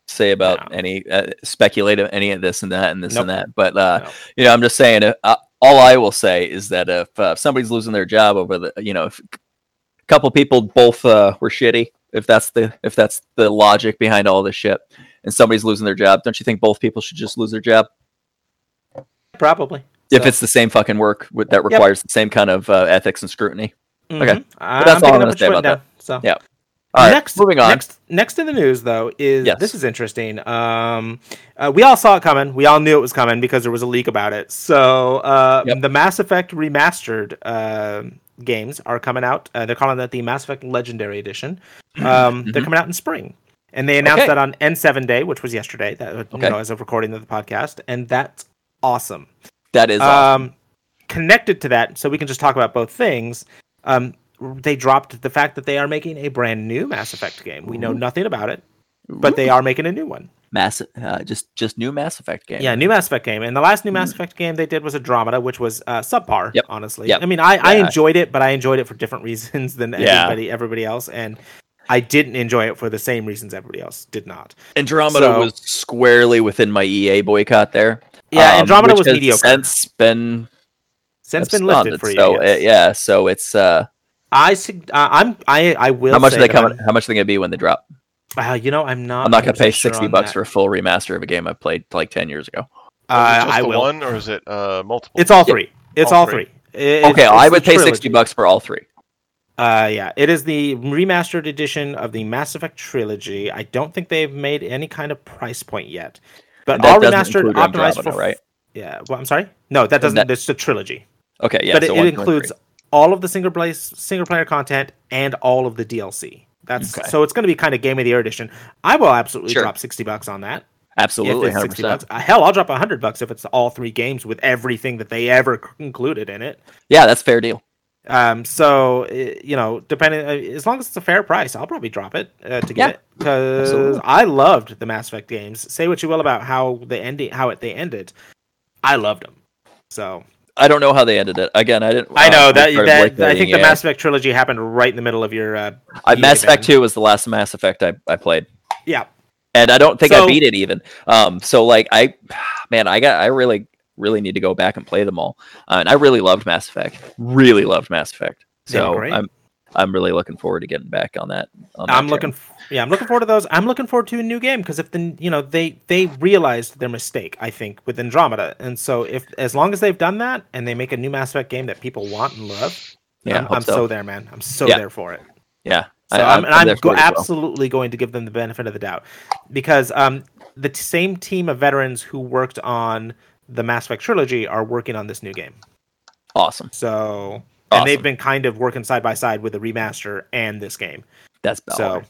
say about No. any uh, speculate of any of this and that and this and Nope. that. But uh, No. you know, I'm just saying. Uh, uh, all I will say is that if uh, somebody's losing their job over the, you know, if a couple people both uh, were shitty, if that's the if that's the logic behind all this shit, and somebody's losing their job, don't you think both people should just lose their job probably. if So- it's the same fucking work with, that requires the same kind of uh, ethics and scrutiny? Okay. Mhm. I'm that's all I'm picking up gonna what say you're about putting down, So. Yeah. All right, next, moving on. Next, next in the news, though, is Yes. this is interesting. Um, uh, we all saw it coming. We all knew it was coming because there was a leak about it. So uh, Yep. the Mass Effect remastered uh, games are coming out. Uh, they're calling that the Mass Effect Legendary Edition. Um, They're coming out in spring, and they announced Mm-hmm. Okay. that on N7 Day, which was yesterday. That Okay. you know, as of recording of the podcast, and that's awesome. That is uh, awesome. Um, connected to that, so we can just talk about both things. Um, they dropped the fact that they are making a brand new Mass Effect game. We know Ooh. nothing about it, but they are making a new one. mass uh, just just new Mass Effect game. Yeah, new Mass Effect game. And the last new Mass Effect game they did was Andromeda, which was uh, subpar. Mm. Yep. Honestly, Yep. I mean, I, I Yeah. enjoyed it, but I enjoyed it for different reasons than Yeah. everybody everybody else, and I didn't enjoy it for the same reasons everybody else did not. Andromeda So- was squarely within my EA boycott there. Yeah, um, Andromeda which was has mediocre. Since been Since been lifted absconded. for you. So yes. uh, yeah, so it's uh, I sug- uh, I'm I I will. how much say are they that coming? I'm- How much are they gonna be when they drop? Uh, you know, I'm not. I'm not gonna 100% pay sure sixty on bucks that. for a full remaster of a game I played like ten years ago. Is it Uh, just I the will. one or is it uh, multiple? It's all Yeah. three. It's All all three. three. It- okay, it's- I it's would the pay trilogy. sixty bucks for all three. Uh, yeah, it is the remastered edition of the Mass Effect trilogy. I don't think they've made any kind of price point yet, but And that all doesn't remastered, include optimized for Andromeda, right? Yeah, well, I'm sorry. No, that doesn't. that- It's the trilogy, Okay, yeah, but it, so it one, two, and three. includes all of the single play single player content and all of the DLC. That's Okay. so it's going to be kind of game of the year edition. I will absolutely Sure. drop sixty bucks on that. absolutely if it's hundred 60 percent. bucks. Uh, hell, I'll drop 100 bucks if it's all three games with everything that they ever c- included in it. Yeah, that's fair deal. Um, so, uh, you know, depending, uh, as long as it's a fair price, I'll probably drop it uh, to get Yeah. it. Because Absolutely. I loved the Mass Effect games. Say what you will about how they ended, how it, they ended. I loved them. So I don't know how they ended it. Again, I didn't. I know uh, that, started that boycotting I think the EA. Mass Effect trilogy happened right in the middle of your. Uh, I, EA Mass Effect ban. Two was the last Mass Effect I, I played, Yeah, and I don't think I So- beat it even. Um, so like I, man, I got I really really need to go back and play them all. Uh, and I really loved Mass Effect. Really loved Mass Effect. They were So great. I'm I'm really looking forward to getting back on that. On that I'm train. looking. f- Yeah, I'm looking forward to those. I'm looking forward to a new game because if the you know they they realized their mistake, I think with Andromeda, and so if as long as they've done that and they make a new Mass Effect game that people want and love, Yeah, I'm, hope I'm so. so. there, man. I'm so Yeah. there for it. Yeah, So I, am and I'm there go- for it as well. absolutely going to give them the benefit of the doubt because um, the t- same team of veterans who worked on the Mass Effect trilogy are working on this new game. awesome. So Awesome. and they've been kind of working side by side with the remaster and this game. That's about So,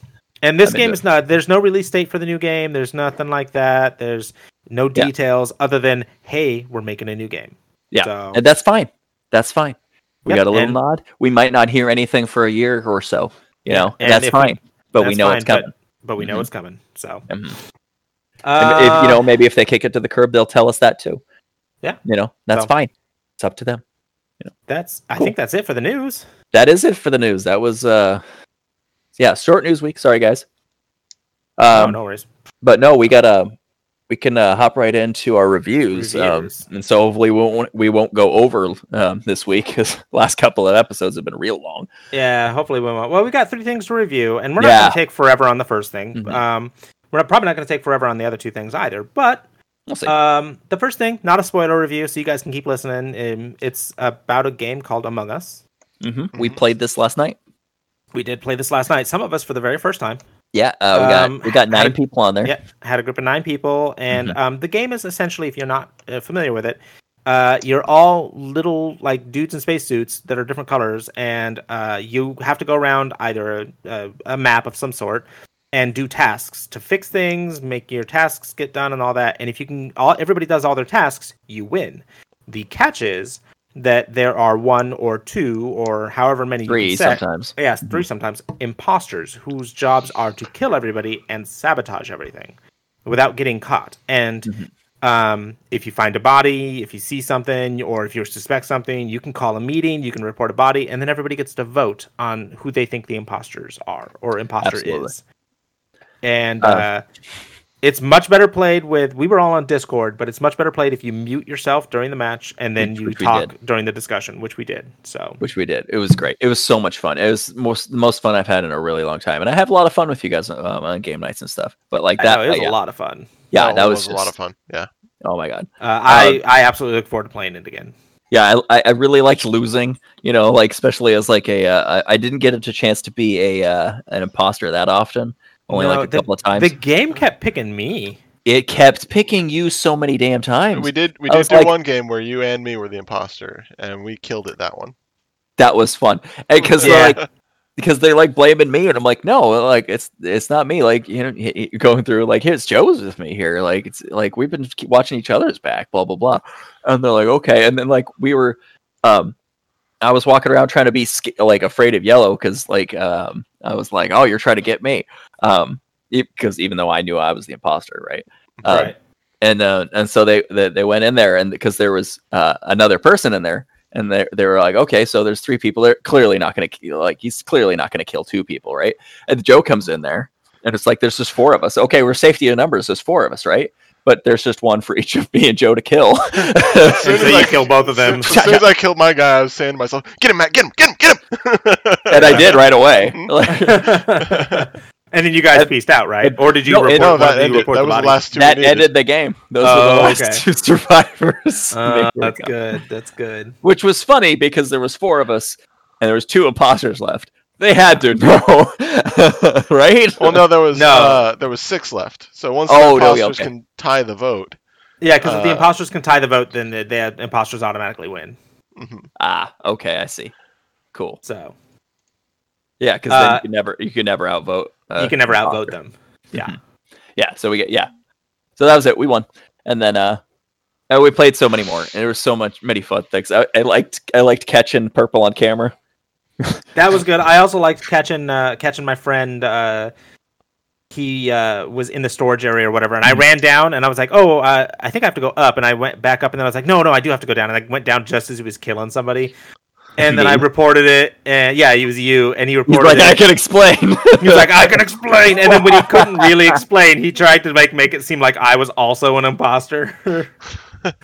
and this I'm game into is not. There's no release date for the new game. There's nothing like that. There's no Yeah. details other than hey, we're making a new game. Yeah. So, And that's fine. That's fine. We Yep, got a little and- nod. We might not hear anything for a year or so. You know, and that's if- fine. But we that's know fine, it's coming. But, but we know Mhm. it's coming. So, Mhm. And if you know, maybe if they kick it to the curb, they'll tell us that too. Uh, Yeah. You know, that's So- fine. It's up to them. that's. I Cool. think that's it for the news. That is it for the news. That was uh yeah, short news week. Sorry guys. Um oh, no worries. but no, we got uh we can uh, hop right into our reviews, um, Reviews. and so hopefully we won't we won't go over um, this week because last couple of episodes have been real long. Yeah, hopefully we won't. Well, we got three things to review, and we're not Yeah. going to take forever on the first thing. Mhm. Um, we're not- probably not going to take forever on the other two things either. But We'll see. um, the first thing, not a spoiler review, so you guys can keep listening. Um, it's about a game called Among Us. hmm We mm-hmm. played this last night. We did play this last night. Some of us for the very first time. Yeah, uh, we Um, got we got how nine did- people on there. Mm-hmm. Yeah, had a group of nine people, and um, the game is essentially, if you're not uh, familiar with it, uh, you're all little like dudes in spacesuits that are different colors, and uh, you have to go around either a, a, a map of some sort and do tasks to fix things, make your tasks get done, and all that. And if you can, all everybody does all their tasks, you win. The catch is that there are one or two or however many you can Three set- sometimes. Yes, three sometimes imposters whose jobs are to kill everybody and sabotage everything without getting caught. And Mm-hmm. um, if you find a body, if you see something, or if you suspect something, you can call a meeting, you can report a body, and then everybody gets to vote on who they think the imposters are or imposter Absolutely. is. And Uh, uh, it's much better played with. We were all on Discord, but it's much better played if you mute yourself during the match and then Which- you which we talk during the discussion, which we did. So Which we did. It was great. It was so much fun. It was most the most fun I've had in a really long time, and I have a lot of fun with you guys um, on game nights and stuff. But like I that, uh, know, it was yeah, a lot of fun. yeah, No, that it was, a lot of fun. Yeah. Oh my god, Uh, I I absolutely look forward to playing it again. yeah, I- I, I really liked losing. You know, like especially as like a uh, I, I didn't get a chance to be a uh, an imposter that often. Only No, like a the- couple of times. The game kept picking me. It kept picking you so many damn times. We did we I was did do like- one game where you and me were the imposter and we killed it that one. that was fun uh, because Yeah. like because they're like blaming me and i'm like no like it's it's not me like you know y- y- going through like here's joe's with me here like it's like we've been keep watching each other's back blah blah blah and they're like okay and then like we were um i was walking around trying to be sca- like afraid of yellow because like um i was like oh you're trying to get me um because even though i knew i was the imposter right Um, and uh, and so they, they they went in there and because there was uh, another person in there and they, they were like okay so there's three people they're clearly not gonna kill like he's clearly not gonna kill two people right and joe comes in there and it's like there's just four of us okay we're safety in numbers there's four of us right but there's just one for each of me and joe to kill soon So as you I- kill both of them. As soon as I killed my guy, I was saying to myself, "Get him, Matt! Get him! Get him! Get him!" and i did right away Mhm. Like, and then you guys pieced out, right? Or did you no, it- report, no, one of that you ended. That report was the the body? last two. that we needed. ended the game those were Oh, the last okay. two survivors Uh, Make your that's account. good. That's good. which was funny because there was four of us and there was two imposters left. They had to know, right? Well, no, there was No. Uh, there was six left. So once Oh, the no, imposters yeah, okay. can tie the vote, Yeah, because if the Uh, imposters can tie the vote, then the, the imposters automatically win. Mhm. Ah, okay, I see. Cool. So Yeah, because Uh, you can never you can never outvote. uh, you can never outvote imposter. them. Yeah, so we get yeah. So that was it. We won, and then uh, and we played so many more, and there was so much many fun things. I, I liked I liked catching purple on camera. That was good. I also liked catching uh, catching my friend uh, he uh, was in the storage area or whatever, Mm-hmm. and I ran down and I was like, "Oh, uh, I think I have to go up," and I went back up, and then I was like, "No, no, I do have to go down," and I went down just as he was killing somebody, and then I Me? reported it, and yeah, he was you, and he He's reported like, I it. can explain. He was like, "I can explain," and then when he couldn't really explain, he tried to like make it seem like I was also an imposter,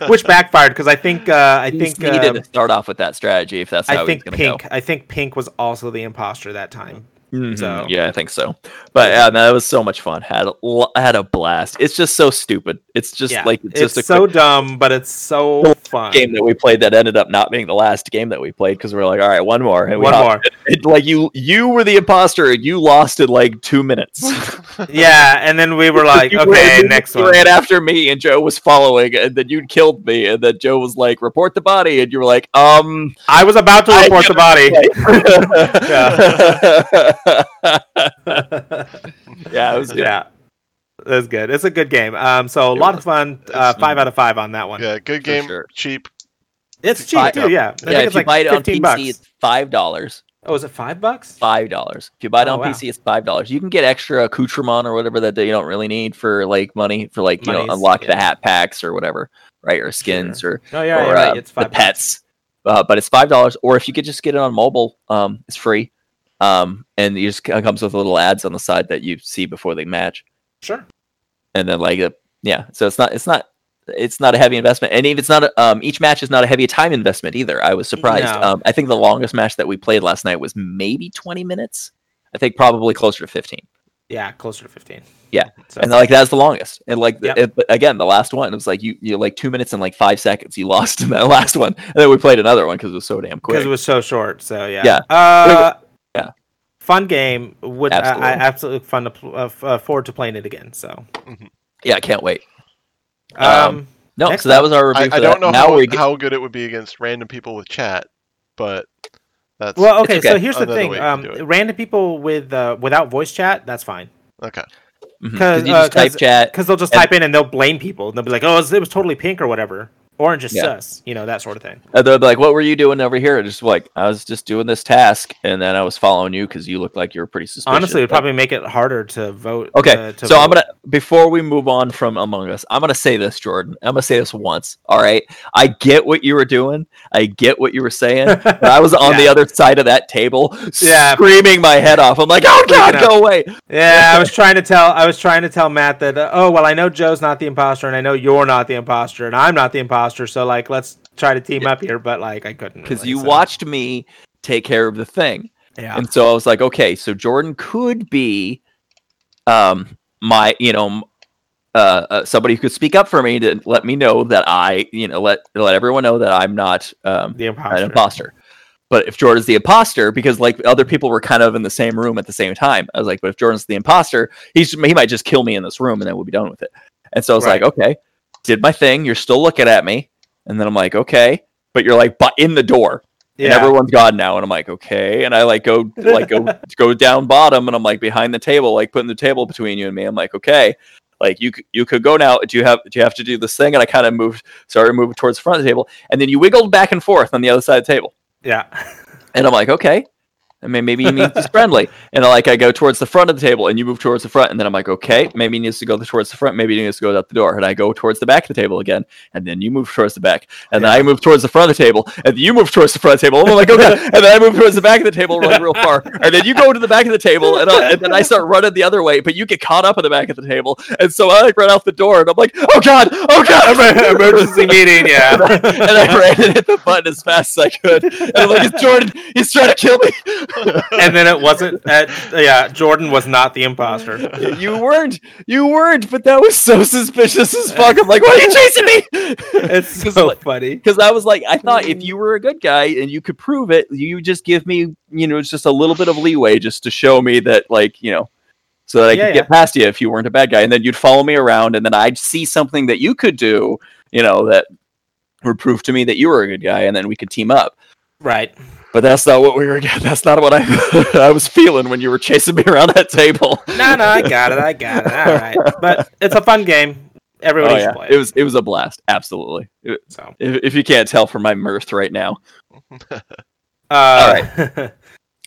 which backfired because I think uh, I I think think he needed um, to start off with that strategy if that's how I he's think going Pink to I think Pink was also the imposter that time. go. so- Mm-hmm. Yeah, I think so. But yeah, man, that was so much fun. Had a, l- had a blast. It's just so stupid. It's just yeah. like it's just a it's so quick dumb, but it's so fun. game that we played that ended up not being the last game that we played because we are like, all right, one more. and we One hopped more. it, like you you were the imposter and you lost in like two minutes Yeah, and then we were like, You okay, ran- next you one. ran after me and joe was following and then you killed me and then joe was like report the body and you were like um I was about to I report the body. yeah it was good. yeah, that's good. It's a good game. Um, so a It lot was. of fun. Uh, It's- five out of five on that one. yeah, good game, sure. cheap. It's Buy cheap it too. up. Yeah, I yeah think if it's you like buy it on fifteen pc bucks. it's five dollars Oh, is it five bucks? five dollars if you buy it Oh, on wow. pc it's five dollars you can get extra accoutrement or whatever that you don't really need for like money for like you know Monies, unlock the yeah. hat packs or whatever right or skins or No, Oh, yeah, or you're right. uh, It's five the pets. Uh, but it's five dollars, or if you could just get it on mobile, um, it's free, um, and it just it comes with little ads on the side that you see before they match, bucks. Sure. and then like uh, yeah, so it's not it's not it's not a heavy investment, and if it's not a, um, each match is not a heavy time investment either. I was surprised. No. Um, I think the longest match that we played last night was maybe twenty minutes. I think probably closer to fifteen, Yeah, closer to fifteen. Yeah, So, and like that's the longest. And like Yep. it, but again, the last one it was like you you like two minutes and like five seconds. You lost in that last one, and then we played another one because it was so damn quick. because it was so short. So yeah. Yeah. Uh, Yeah. Fun game. Would absolutely. I, Absolutely. absolutely fun to pl- uh, f- uh, forward to playing it again. So. Yeah, I can't wait. Um, Um, No, Next so that was our review. I, for I that. don't know now how, we're get- how good it would be against random people with chat, but that's well, okay, it's So okay. here's the Another way thing. you can Um, do it. random people with uh, without voice chat, that's fine. okay. Mhm. 'cause, you uh, just type 'cause- chat. because they'll just And- type in and they'll blame people. And they'll be like, "Oh, it was, it was totally pink or whatever. Orange is Yeah. sus," you know that sort of thing. and they'll be like, "What were you doing over here?" And just like, "I was just doing this task, and then I was following you because you looked like you were pretty suspicious." Honestly, it'd Like, probably make it harder to vote. Okay, uh, to so I'm vote. gonna before we move on from Among Us, I'm gonna say this, Jordan. I'm gonna say this once. All right, I get what you were doing. I get what you were saying. But I was on the Yeah. other side of that table, Yeah. screaming my head off. I'm like, "Oh God, Freaking out. go away!" Yeah, I was trying to tell. I was trying to tell Matt that. Uh, oh well, I know Joe's not the imposter, and I know you're not the imposter, and I'm not the imposter. So like, let's try to team up here. But like, I couldn't Because really, you so- watched me take care of the thing. Yeah. And so I was like, okay, so Jordan could be um my, you know, m- uh, uh somebody who could speak up for me to let me know that I, you know, let let everyone know that I'm not um the an imposter. imposter. But if Jordan's the imposter, because like other people were kind of in the same room at the same time, I was like, but if Jordan's the imposter, he's he might just kill me in this room and then we'll be done with it. And so I was Right. like, okay, did my thing. You're still looking at me, and then I'm like, okay, but you're like, but in the door, and Yeah. everyone's gone now and i'm like okay and i like go like go go down bottom and i'm like behind the table like putting the table between you and me i'm like okay like you c- you could go now do you have do you have to do this thing and i kind of moved started moving towards the front of the table and then you wiggled back and forth on the other side of the table Yeah. and i'm like okay I mean, maybe he means he's friendly, and I, like I go towards the front of the table, and you move towards the front, and then I'm like, okay, maybe he needs to go towards the front, maybe he needs to go out the door, and I go towards the back of the table again, and then you move towards the back, and then I move towards the front of the table, and you move towards the front of the table, and I'm like, okay, and then I move towards the back of the table like real far, and then you go to the back of the table, and, I, and then I start running the other way, but you get caught up at the back of the table, and so I like run out the door, and I'm like, oh god, oh god, Emergency meeting. and I, Yeah. and I ran and hit the button as fast as I could. And I'm like, it's Jordan. He's trying to kill me. and then it wasn't. Uh, yeah, Jordan was not the imposter. you weren't. You weren't. But that was so suspicious as fuck. I'm like, why are you chasing me? It's Because so funny. because I was like, I thought if you were a good guy and you could prove it, you just give me, you know, just a little bit of leeway just to show me that, like, you know, so that I Yeah, could yeah. get past you if you weren't a bad guy. And then you'd follow me around and then I'd see something that you could do, you know, that would prove to me that you were a good guy and then we could team up. Right. But that's not what we were. That's not what I I was feeling when you were chasing me around that table. No, no, I got it. I got it. All right. But it's a fun game. Everybody Oh, should yeah. play it. It was it was a blast. Absolutely. It- so. If, if you can't tell from my mirth right now, Uh, right.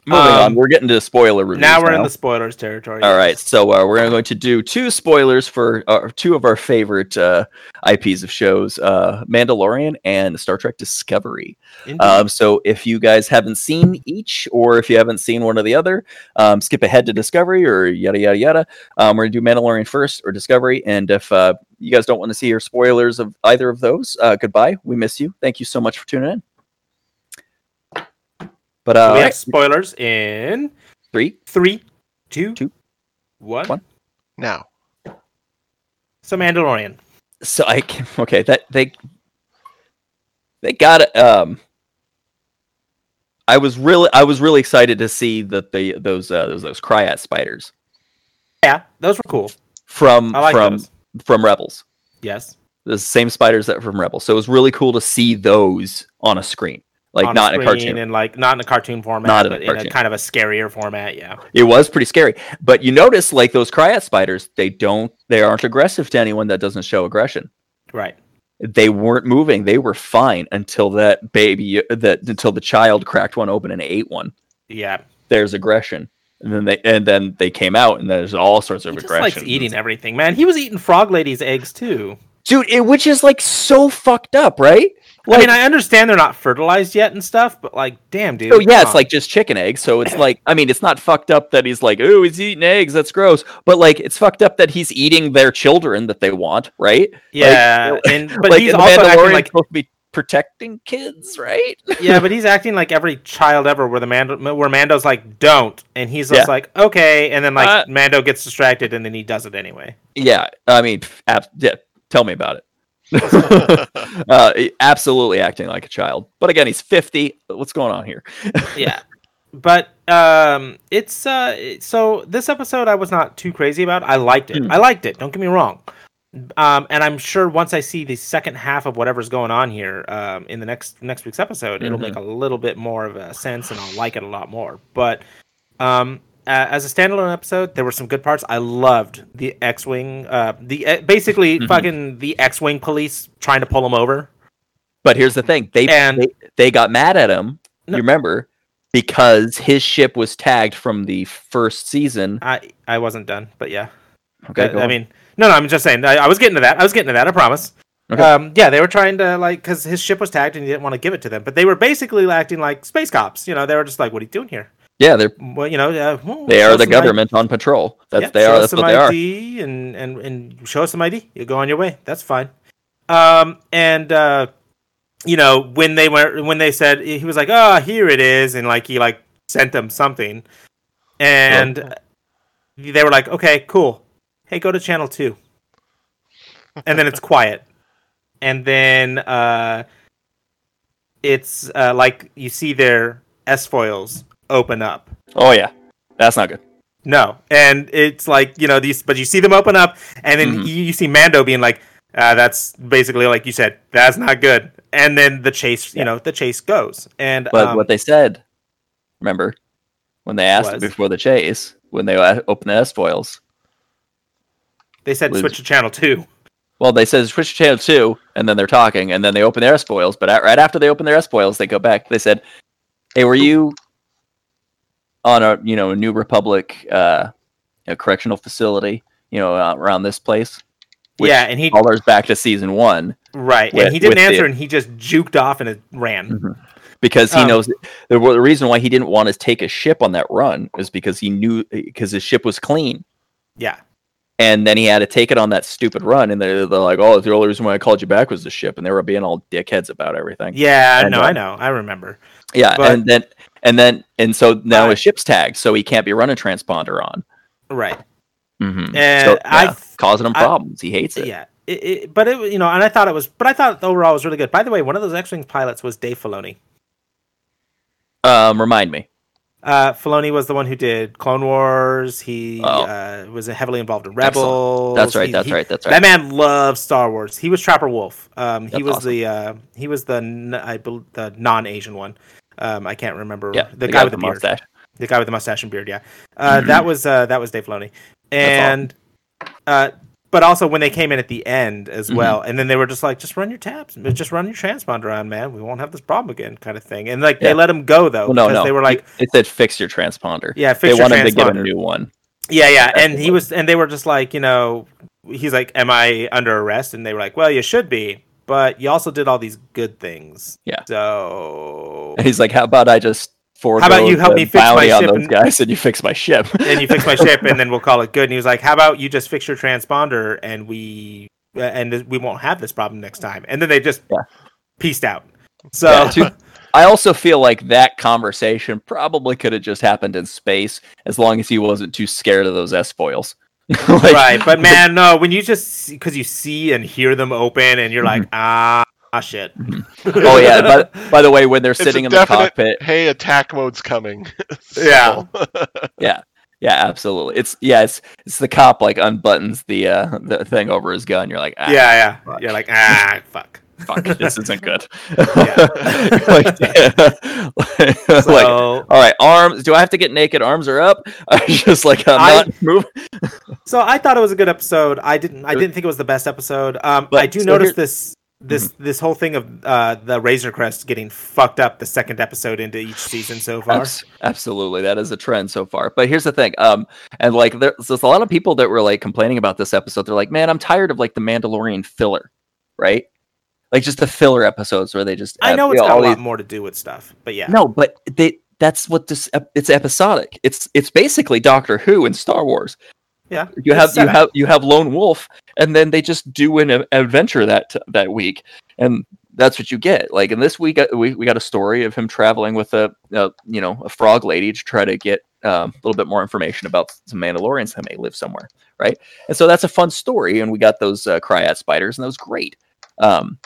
Moving Um, on, we're getting to spoiler reviews. Now we're in the spoilers territory. All right, so uh, we're going to do two spoilers for uh, two of our favorite uh, IPs of shows, uh, Mandalorian and Star Trek Discovery. Indeed. Um, so if you guys haven't seen each, or if you haven't seen one or the other, um, skip ahead to Discovery or yada yada yada. Um, we're gonna do Mandalorian first or Discovery, and if uh, you guys don't want to see your spoilers of either of those, uh, goodbye. We miss you. Thank you so much for tuning in. But uh, we have spoilers in three, three, two, Two. one. One. Now, So Mandalorian. so I can okay that they they got it. Um, I was really I was really excited to see that they those uh, those those cryat spiders Yeah, those were cool. from I like from those. from Rebels. Yes. The same spiders that from Rebels. So it was really cool to see those on a screen, like On not in a screen cartoon. and like not in a cartoon format, Not in a but in a cartoon. kind of a scarier format. Yeah. It was pretty scary. But you notice, like those cryat spiders, they don't they aren't aggressive to anyone that doesn't show aggression. Right. they weren't moving. They were fine until that baby, that until the child cracked one open and ate one. Yeah. There's aggression, and then they and then they came out, and there's all sorts of He just aggression. likes eating everything, man. He was eating Frog Lady's eggs too. dude. It, which is like so fucked up, right? I Like, mean, I understand they're not fertilized yet and stuff, but like, damn, dude. oh yeah, come it's on. like just chicken eggs. So it's like, I mean, it's not fucked up that he's like, oh, he's eating eggs. That's gross. But like, it's fucked up that he's eating their children that they want, right? yeah. and but like, he's and also acting Mandalorian's like supposed to be protecting kids, right? yeah, but he's acting like every child ever, where the Mando, where Mando's like, "Don't," and he's just Yeah. like, "Okay," and then like Uh, Mando gets distracted, and then he does it anyway. Yeah, I mean, pff, ab- yeah, tell me about it. uh, he- absolutely acting like a child, but again, he's fifty. What's going on here? Yeah, but um, it's uh, it- so this episode I was not too crazy about. I liked it. Hmm. I liked it. Don't get me wrong. Um, and I'm sure once I see the second half of whatever's going on here um, in the next next week's episode, it'll Mhm. make a little bit more of a sense, and I'll like it a lot more. But um, uh, as a standalone episode, there were some good parts. I loved the X-wing, uh, the uh, basically Mhm. fucking the X-wing police trying to pull him over. But here's the thing: they And- they, they got mad at him. No. You remember because his ship was tagged from the first season. I I wasn't done, but yeah. Okay, I- go I on. mean, no, no, I'm just saying. I, I was getting to that. I was getting to that. I promise. Okay. Um, yeah, they were trying to like because his ship was tagged and he didn't want to give it to them, but they were basically acting like space cops. You know, they were just like, "What are you doing here?" yeah, they're Well, you know, uh, well, they are show the us some I- government on patrol. That's yeah, they show are. us That's some what they are. ID and and and show us some ID. You go on your way. That's fine. Um, and uh, you know when they were when they said he was like, "Oh, here it is," and like he like sent them something, and they were like, "Okay, cool. Hey, go to channel two. and then it's quiet, and then uh, it's uh, like you see their S foils open up. Oh yeah, that's not good. No, and it's like you know these, but you see them open up, and then Mhm. you, you see Mando being like, uh, "That's basically like you said, that's not good." And then the chase, you know, the chase goes, and But um, what they said, remember when they asked Was? before the chase when they uh, opened the S foils. they said was- switch to channel two. Well, they said switch to channel two, and then they're talking, and then they open their spoils. But at, right after they open their spoils, they go back. They said, "Hey, were you on a you know a New Republic uh, you know, correctional facility? You know uh, around this place?" Which yeah, and he Allers back to season one right, with- and he didn't with the- Mm-hmm. answer, and he just juked off and it ran. because he Um, knows the, well, the reason why he didn't want to take a ship on that run is because he knew because his ship was clean. Yeah, And then he had to take it on that stupid run, and they're, they're like, "Oh, the only reason why I called you back was the ship," and they were being all dickheads about everything. yeah, And, no, uh, I know, I remember. Yeah, But- and then and then and so now Right. his ship's tagged, so he can't be running transponder on. Right, Mm-hmm. and so, Eh, I yeah, causing him I- problems. he hates it. yeah, it, it, but it you know, and I thought it was, but I thought overall it was really good. By the way, one of those X-wing pilots was Dave Filoni. Um, remind me. Uh, Filoni was the one who did Clone Wars. He Oh. uh, was heavily involved in Excellent. Rebels. That's right. He- That's he- right. That's right. That man loves Star Wars. He was Trapper Wolf. Um, he That's was awesome. the uh, he was the n- I bel the non Asian one. Um, I can't remember yeah, the, guy with the, beard. mustache. Mm-hmm. The guy with the mustache and beard. Yeah, uh, that was uh, that was Dave Filoni, awesome. and uh, but also when they came in at the end as Mm-hmm. well, and then they were just like, just run your tabs, just run your transponder on, man. We won't have this problem again, kind of thing. And like Yeah. they let him go though, Well, no, Oh, because no. they were like, it said fix your transponder. yeah, They fix your wanted to get a transponder." new one. Yeah, yeah. That's And he what- was and they were just like, you know, he's like, Am I under arrest? And they were like, Well, you should be, but you also did all these good things. Yeah. So And he's like, "How about I just forego about you help the me fix my bounty on ship those and- guys and you fix my ship?" and you fix my ship and then we'll call it good. And he was like, How about you just fix your transponder and we uh, and we won't have this problem next time. And then they just Yeah. pieced out. So Yeah, to- I also feel like that conversation probably could have just happened in space as long as he wasn't too scared of those S foils. Like, right, but man, no. When you just because you see and hear them open, and you're like, ah, shit. Mm-hmm. Oh yeah. By, by the way, when they're a sitting in the definite- cockpit, Hey, attack mode's coming. Yeah. So, yeah, absolutely. It's yeah, it's it's the cop like unbuttons the uh the thing over his gun. You're like, ah, yeah, yeah. fuck. You're like, ah, fuck. fuck, this isn't good. Yeah. like, like, So, all right, arms. Do I have to get naked? Arms are up. I'm just like I'm I- not moving. so I thought it was a good episode. I didn't. I didn't think it was the best episode. Um, But- I do so notice here- Mm-hmm. this this this whole thing of uh, the Razor Crest getting fucked up the second episode into each season so far. Abs- absolutely, that is a trend so far. But here's the thing, um, and like there- so there's a lot of people that were like complaining about this episode. They're like, man, I'm tired of like the Mandalorian filler, right? Like just the filler episodes where they just I add, know you it's got a all lot these- more to do with stuff, but yeah, No, but they that's what this ep- it's episodic. It's it's basically Doctor Who in Star Wars. yeah. You it's have you setup. have you have Lone Wolf, and then they just do an a- adventure that that week, and that's what you get. Like, and this week uh, we we got a story of him traveling with a, a you know a frog lady to try to get um, a little bit more information about some Mandalorians that may live somewhere, right? And so that's a fun story, and we got those uh, cryat spiders, and that was great. Um,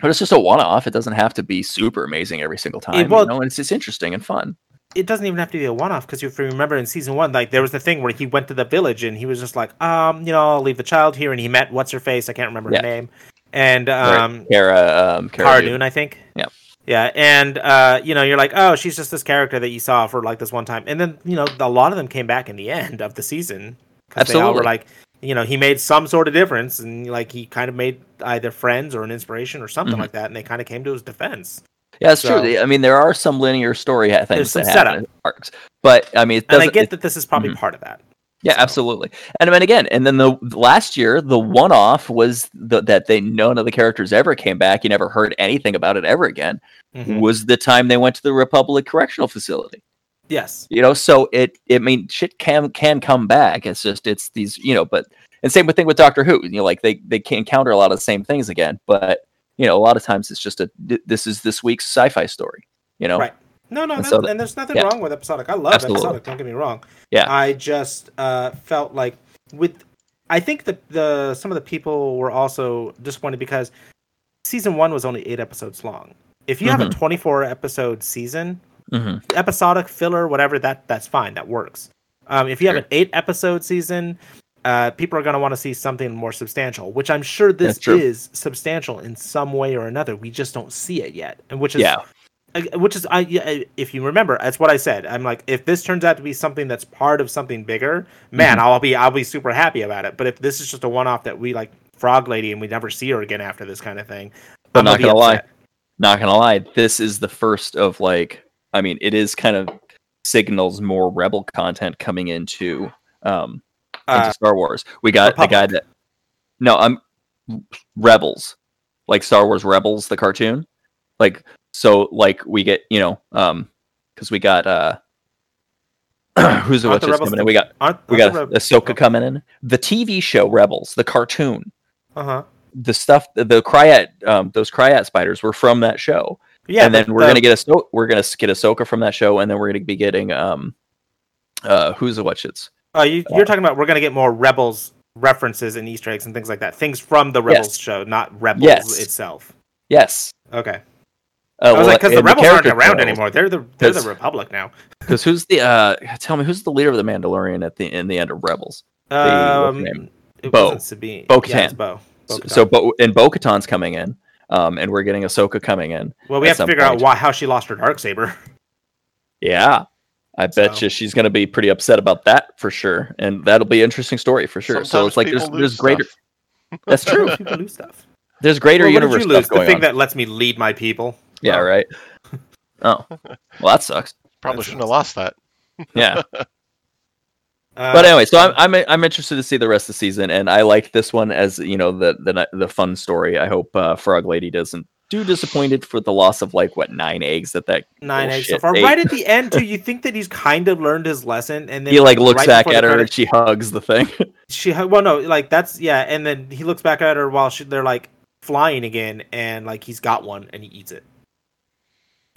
but it's just a one-off. It doesn't have to be super amazing every single time. well- you know? and it's just interesting and fun. it doesn't even have to be a one-off because if you remember in season one, like there was the thing where he went to the village and he was just like, um, you know, I'll leave the child here, and he met what's her face, I can't remember Yeah. her name, and Right. um, Cara, um, Cara Cara Dune. Dune, I think. Yep. Yeah, and uh, you know, you're like, oh, she's just this character that you saw for like this one time, and then you know, a lot of them came back in the end of the season because they all were Absolutely. like, you know, he made some sort of difference, and like he kind of made either friends or an inspiration or something Mhm. like that, and they kind of came to his defense. Yeah, it's So- true. They- I mean, there are some linear story ha- things some that happen in arcs, but I mean, it And I doesn't. get it- that this is probably Mhm. part of that. yeah, absolutely. And I mean, again, and then the last year, the one-off was the, that they none of the characters ever came back. You never heard anything about it ever again. Mhm. Was the time they went to the Republic Correctional Facility. Yes. You know, so it. I mean, shit can can come back. It's just it's these. You know, but and same with thing with Doctor Who. You know, like they they can encounter a lot of the same things again, but you know, a lot of times it's just a th- this is this week's sci-fi story. You know, Right. No, no, And that's, so that- and there's nothing yeah. wrong with episodic. I love Absolutely. episodic. Don't get me wrong. Yeah. I just uh, felt like with, I think that the some of the people were also disappointed because season one was only eight episodes long. If you have a 24 episode season, Mm-hmm. episodic filler, whatever that that's fine. That works. Um, if you have Sure. an eight episode season, uh, people are going to want to see something more substantial, which I'm sure That's this true. is substantial in some way or another. We just don't see it yet, and which is Yeah. I- which is I yeah, I- if you remember, that's what I said. I'm like, if this turns out to be something that's part of something bigger, Mm-hmm. man, I'll be I'll be super happy about it. But if this is just a one off that we like Frog Lady and we never see her again after this kind of thing, But I'm not be gonna lie, upset. not gonna lie, this is the first of like I mean, it is kind of signals more rebel content coming into um into Uh, Star Wars. We got Republic. the guy that No, I'm Rebels. Like Star Wars Rebels, the cartoon. Like so like we get, you know, um because we got uh who's the Aren't the witches Rebels coming the- in? We got aren't, we aren't got Ahsoka coming in. The TV show Rebels, the cartoon. Uh huh. The stuff, the cryat, um, those cryat spiders were from that show Yeah, uh, um, and the- then we're the- gonna get a we're gonna s- get Ahsoka from that show, and then we're gonna be getting um, uh, who's the watch it's Oh, you, you're talking about we're going to get more Rebels references and Easter eggs and things like that. Things from the Rebels Yes. show, not Rebels Yes. itself. yes. Okay. Uh, I was like, because the Rebels aren't around anymore. anymore. They're the they're Because- the Republic now. Because who's the uh? Tell me who's the leader of the Mandalorian at the in the end of Rebels? what's her Um, name? it Bo. wasn't Sabine. Bo-Katan. Yeah, it's Bo. So, Bo-Katan. so Bo- and Bo Katan's coming in, um, and we're getting Ahsoka coming in. well, we at have to some figure out point. why how she lost her dark saber. Yeah, I bet So- you she's going to be pretty upset about that for sure, and that'll be an interesting story for sure. so Sometimes it's like there's people there's lose greater. stuff. That's true. People lose stuff. There's greater Well, what did universe you lose? stuff going the thing on. that lets me lead my people. yeah, Oh. right. Oh, well, that sucks. Probably That's shouldn't have lost that. Yeah, Uh, but anyway, so I'm, I'm I'm interested to see the rest of the season, and I like this one as you know the the the fun story. I hope uh, Frog Lady doesn't too disappointed for the loss of like what nine eggs that that nine eggs so bullshit, far. Oh, eight. Right at the end, too. You think that he's kind of learned his lesson, and then he like looks right back before at the her credits- and she hugs the thing. she well no like that's yeah and then he looks back at her while she, they're like flying again and like he's got one and he eats it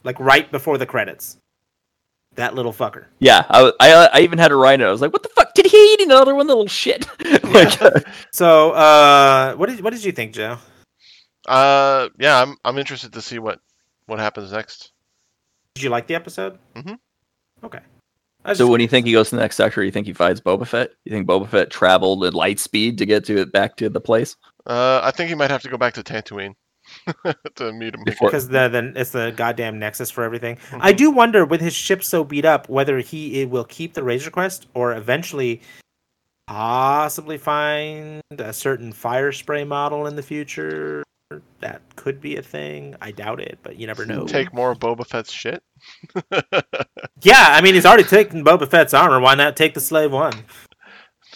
like right before the credits that little fucker yeah, I, wa- I I even had to write it. I was like, what the fuck did he eat another one? The little shit. like, so uh what did what did you think joe Uh, yeah, I'm I'm interested to see what what happens next. did you like the episode Mhm. okay I So just- when you think he goes to the next sector, you think he finds Boba Fett? You think Boba Fett traveled at light speed to get to it back to the place? Uh, I think he might have to go back to Tatooine to meet him. Before- because the, the it's the goddamn nexus for everything. Mm-hmm. I do wonder with his ship so beat up whether he it will keep the Razor Crest or eventually possibly find a certain fire spray model in the future. That could be a thing. I doubt it, but you never know. Take more of Boba Fett's shit. yeah, I mean he's already taken Boba Fett's armor. Why not take the slave one?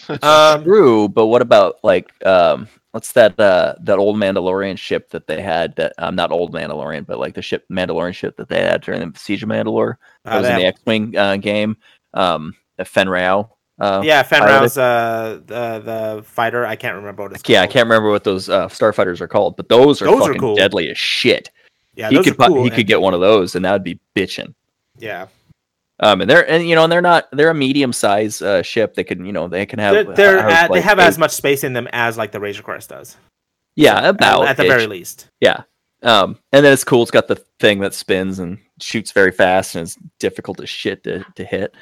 Uh, Um, True, but what about like um what's that uh that old Mandalorian ship that they had that um, not old Mandalorian, but like the ship Mandalorian ship that they had during the Siege of Mandalore? That uh, was in the that- X Wing uh, game. Um the Fen Rao. Uh, yeah, Pirate. Fenrir's uh, the the fighter. I can't remember what it's yeah, I called. can't remember what those uh, starfighters are called, but those are Those are fucking cool. deadly as shit. Yeah, he those could pu- are cool, he and- could get one of those, and that'd be bitching. Yeah, Um, and they're and you know and they're not they're a medium size uh, ship. They can you know they can have they're, they're have, at, they like, have eight- as much space in them as like the Razor Crest does. yeah At- about at the very least. Um, and then it's cool. It's got the thing that spins and shoots very fast and it's difficult as shit to to hit.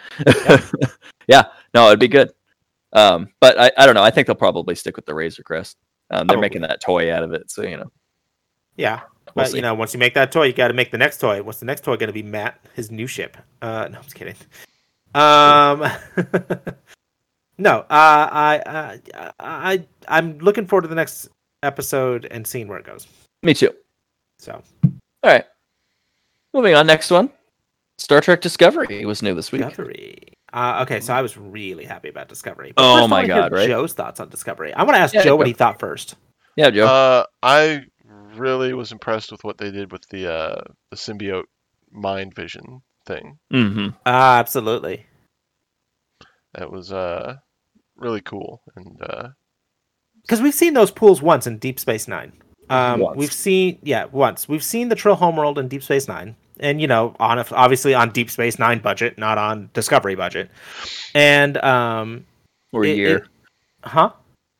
yeah, no, it'd be good. Um, but I, I don't know. I think they'll probably stick with the Razor Crest. Um, they're making that toy out of it, so you know. Yeah. We'll But see. you know, once you make that toy, you got to make the next toy. What's the next toy going to be? Matt, his new ship. Uh, no, I'm just kidding. Um, no, uh, I, uh, I, I, I'm looking forward to the next episode and seeing where it goes. Me too. So All right. Moving on. Next one. Star Trek Discovery was new this week. Discovery. Uh, okay, so I was really happy about Discovery. Oh first I my wanna hear God, right? Joe's thoughts on Discovery. I want to ask Yeah, Joe go. what he thought first. Yeah, Joe. Uh, I really was impressed with what they did with the uh, the symbiote mind vision thing. mm-hmm. Uh, absolutely. That was uh, really cool. And uh, because we've seen those pools once in Deep Space Nine. Um, Once. We've seen, yeah, once. We've seen the Trill homeworld in Deep Space Nine, and you know, on a, obviously on Deep Space Nine budget, not on Discovery budget. And um, Or it- year. it- huh?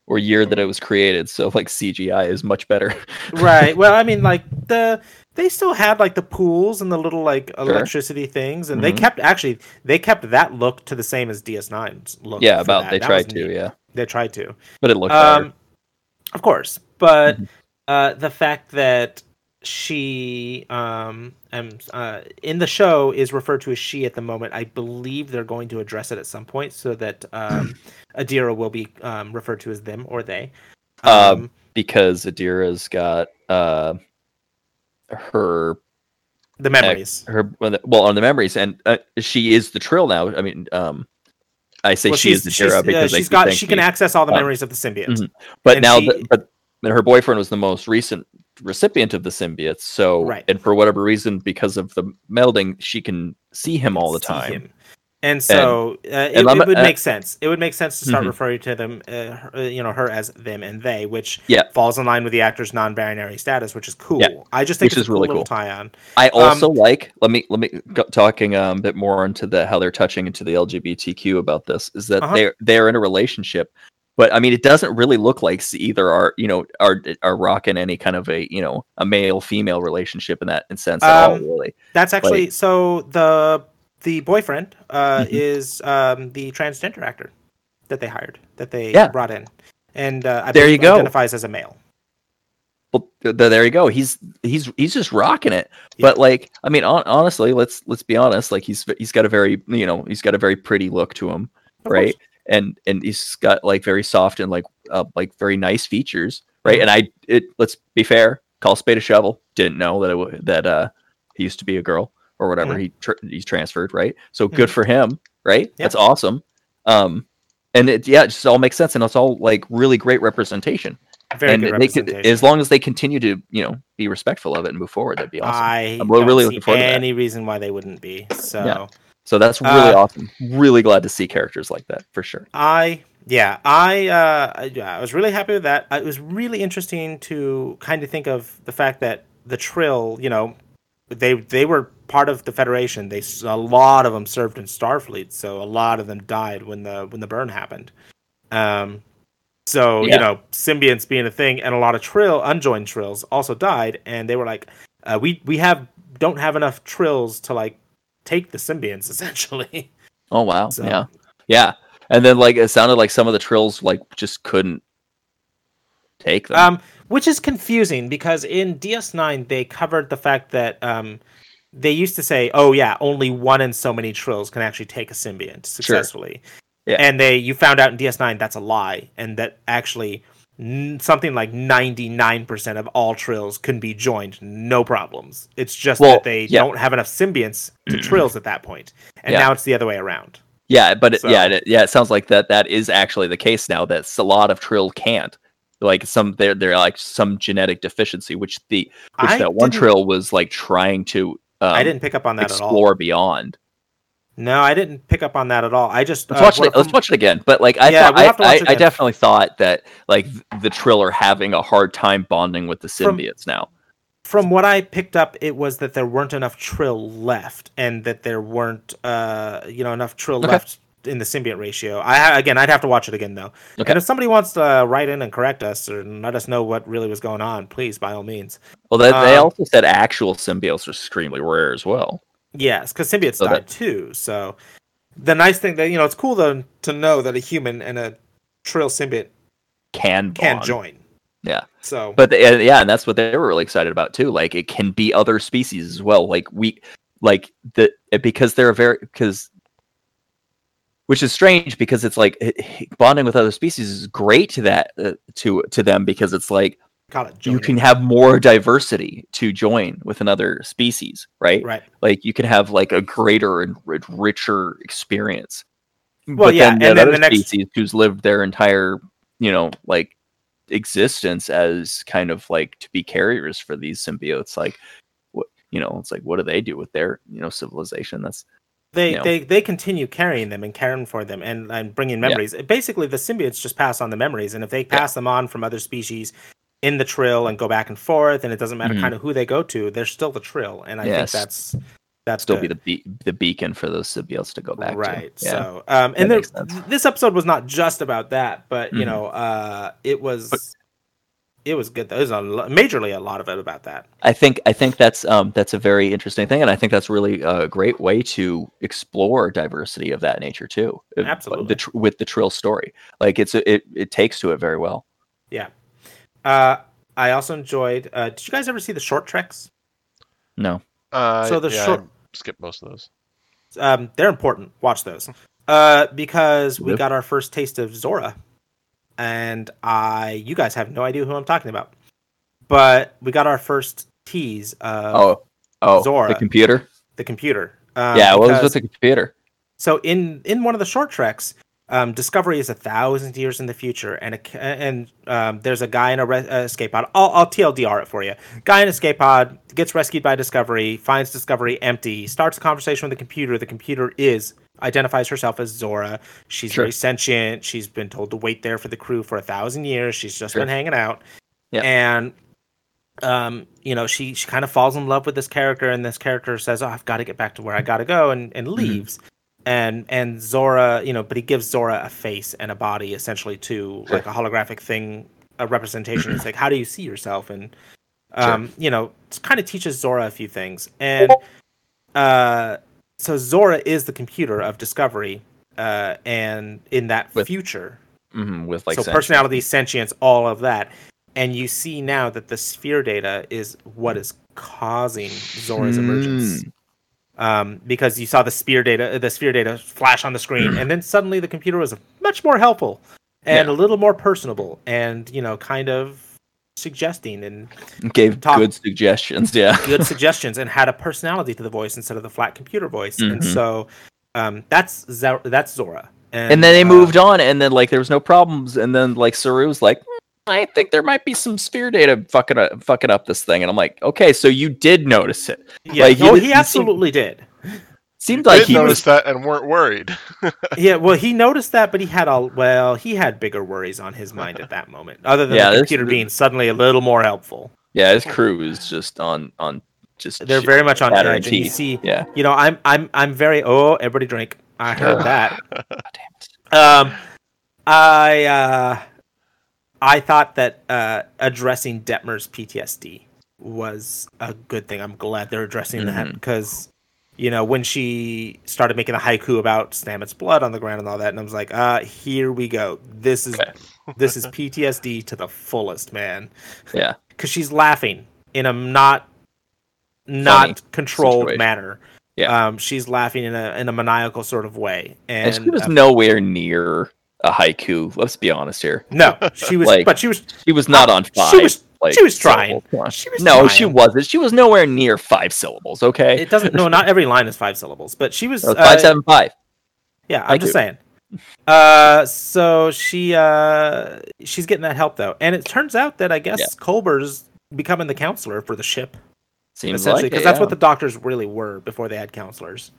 or year that it was created. So like CGI is much better. Right. Well, I mean, like the they still had like the pools and the little like Sure. electricity things, and Mhm. they kept actually they kept that look to the same as DS9's look. yeah, for about that. they That tried was Um, to, neat. yeah. They tried to. But it looked better. Of course, but Mhm. uh, the fact that she um, um uh, in the show is referred to as she at the moment. I believe they're going to address it at some point, so that um, Adira will be um, referred to as them or they. Um, because Adira's got uh her the memories. her well on the memories and uh, she is the trill now. I mean, um I say Well, she is the she's- Adira she's- because uh, they she's keep got saying she can she- access all the um, memories of the symbiote. mhm. but and now she- that but and her boyfriend was the most recent recipient of the symbiote. So Right. and for whatever reason because of the melding she can see him all the see time. him. And so uh, it, and I'm- it would uh, make sense. It would make sense to start Mhm. referring to them, uh, her- uh, you know, her as them and they, which Yeah. falls in line with the actor's non-binary status, which is cool. I just think Which it's is a really cool little cool. tie-on. I Um, also like. Let me let me go, talking um, a bit more into the how they're touching into the LGBTQ about this is that Uh-huh. they're they're in a relationship, but I mean it doesn't really look like s- either are you know are are rocking any kind of a you know a male female relationship in that in sense at all Um, really. That's actually so the the boyfriend uh, Mhm. is um, the transgender actor that they hired, that they Yeah. brought in, and uh, I There believe you go. identifies as a male. But th- there you go. He's he's he's just rocking it. Yeah. But like, I mean, on, honestly, let's let's be honest. Like he's he's got a very you know he's got a very pretty look to him, Of right? And and he's got like very soft and like uh, like very nice features, Mm-hmm. right? And I it let's be fair, call a spade a shovel. Didn't know that it, wa- that uh he used to be a girl or whatever. Mhm. He tr- he's transferred, right? So Mhm. good for him, right? Yeah. That's awesome. Um, and it yeah, it just all makes sense, and it's all like really great representation Very and good they could, representation. as long as they continue to, you know, be respectful of it and move forward, that'd be awesome. I I'm really don't looking see forward to that. any reason why they wouldn't be. So Yeah. so that's really uh, awesome. Really glad to see characters like that for sure. I yeah I uh I- yeah, I was really happy with that. Uh, It was really interesting to kind of think of the fact that the Trill, you know, they they were part of the Federation. They s- a lot of them served in Starfleet, so a lot of them died when the when the burn happened. Um, so Yeah. you know, symbionts being a thing, and a lot of Trill unjoined Trills also died, and they were like, uh, we we have don't have enough Trills to like take the symbionts essentially. Oh wow, So- yeah, yeah. And then like it sounded like some of the trills like just couldn't take them. Um, which is confusing because in DS9 they covered the fact that um, they used to say, "Oh yeah, only one in so many trills can actually take a symbiont successfully." Yeah. And they you found out in DS9 that's a lie, and that actually n- something like 99% of all trills can be joined no problems it's just Well, that they yeah. don't have enough symbionts to trills at that point and Yeah. now it's the other way around yeah, but it, so- yeah, it, yeah. It sounds like that that is actually the case now. That s- a lot of trill can't. Like some, they're they're like some genetic deficiency, which the which I that one didn't- trill was like trying to. Um, i didn't pick up on that at all explore beyond. no i didn't pick up on that at all i just Let's uh, watch it. what- Let's watch it again. But like I Yeah, thought, we'll have to watch I, I, it I again. definitely thought that like th- the Trill are having a hard time bonding with the From- symbiotes now. from what I picked up, it was that there weren't enough Trill left, and that there weren't, uh, you know, enough Trill Okay. left in the symbiote ratio. I ha- again, I'd have to watch it again though. Okay. And if somebody wants to uh, write in and correct us or let us know what really was going on, please, by all means. Well, they, they Um, also said actual symbiotes are extremely rare as well. Yes, because symbiotes So died too. So the nice thing that you know, it's cool though to know that a human and a Trill symbiote Can can bond. join. Yeah. So But the- and- yeah, and that's what they were really excited about too. Like it can be other species as well. Like we, like the because they're a very because, which is strange because it's like bonding with other species is great to that uh, to to them because it's like call it you joining. can have more diversity to join with another species, right? right. Like you can have like a greater and ri- richer experience. Well, yeah, and that then other the next- species who's lived their entire, you know, like existence as kind of like to be carriers for these symbiotes, like what you know, it's like what do they do with their you know civilization? That's they you know. they they continue carrying them and caring for them and, and bringing memories. Basically, the symbiotes just pass on the memories, and if they Yeah. pass them on from other species in the trill and go back and forth, and it doesn't matter Mhm. kind of who they go to, they're still the trill, and I Yes. think that's that's still good. be the be- the beacon for those symbiotes to go back right. to. Yeah. So, um, That and there, makes sense. th- this episode was not just about that, but you Mhm. know, uh, it was. it was good. though. There's a lo- majorly a lot of it about that. I think I think that's um, that's a very interesting thing, and I think that's really a great way to explore diversity of that nature too. uh, Absolutely. the, tr- with the Trill story, like it's a, it it takes to it very well. Uh, I also enjoyed. Uh, did you guys ever see the short treks? No, Uh, So the yeah, I short- skip most of those. Um, they're important. Watch those. Uh, because we Yep. got our first taste of Zora, and I, you guys have no idea who I'm talking about, but we got our first tease of oh oh, Uh, Zora. the computer. the computer. Um, yeah, what was because- with the computer? so in in one of the short treks, um, Discovery is a thousand years in the future, and a, ca- and um, there's a guy in a re- uh, escape pod. I'll, I'll TLDR it for you. Guy in escape pod gets rescued by Discovery, finds Discovery empty, starts a conversation with the computer. The computer is identifies herself as Zora. She's Sure. very sentient. She's been told to wait there for the crew for a thousand years. She's just Sure. been hanging out. Yeah. And um, you know, she she kind of falls in love with this character, and this character says, "Oh, I've got to get back to where I got to go," and Mm-hmm. and leaves. And and Zora, you know, but he gives Zora a face and a body essentially to Sure. like a holographic thing, a representation. it's like, how do you see yourself? And Sure. um, you know, kind of teaches Zora a few things. And uh, so Zora is the computer of Discovery, uh, and in that With- future, hmm with like so sentient- personality, sentience, all of that. and you see now that the sphere data is what is causing Zora's Hmm. emergence. Um, because you saw the sphere data, uh, the sphere data flash on the screen, and then suddenly the computer was much more helpful and Yeah. a little more personable, and you know, kind of suggesting and Gave Top. good suggestions. Yeah. good suggestions and had a personality to the voice instead of the flat computer voice. And Mhm. so um, that's Zo- that's Zora. And, And then they uh, moved on, and then like there was no problems, and then like Saru's like, "Mm, I think there might be some sphere data fucking up, fucking up this thing, and I'm like, okay, so you did notice it. Yeah, like, you oh, didn't he seem- absolutely did. Seemed Like like did he was. notice that and weren't worried. Yeah, well, he noticed that, but he had all well, he had bigger worries on his mind at that moment, other than Yeah, the this- computer being suddenly a little more helpful. Yeah, his crew is just on on just. They're shit, very much on chattering edge, and you teeth. see, Yeah. you know, I'm I'm I'm very oh, everybody drink. I heard Ugh. that. God damn it. Um, I uh, I thought that uh, addressing Detmer's PTSD was a good thing. I'm glad they're addressing that Mhm. because you know when she started making a haiku about Stamets' blood on the ground and all that, and I was like, uh, here we go. This is Okay. this is PTSD to the fullest, man. Yeah. because she's laughing in a not not Funny controlled situation. manner. Yeah. um, she's laughing in a in a maniacal sort of way, and, And, she was uh, nowhere near a haiku. Let's be honest here. No, she was, Like, but she was, She was not on five. Uh, she was, like, she was trying. syllables. She was no, she trying. wasn't. She was nowhere near five syllables. Okay, It doesn't. No, not every line is five syllables, but she was. That was uh, Oh, five seven five. yeah, I'm Thank just you. saying. Uh, so she uh she's getting that help though, and it turns out that I guess Yeah. Colbert's becoming the counselor for the ship Seems essentially like it, because that's yeah. what the doctors really were before they had counselors.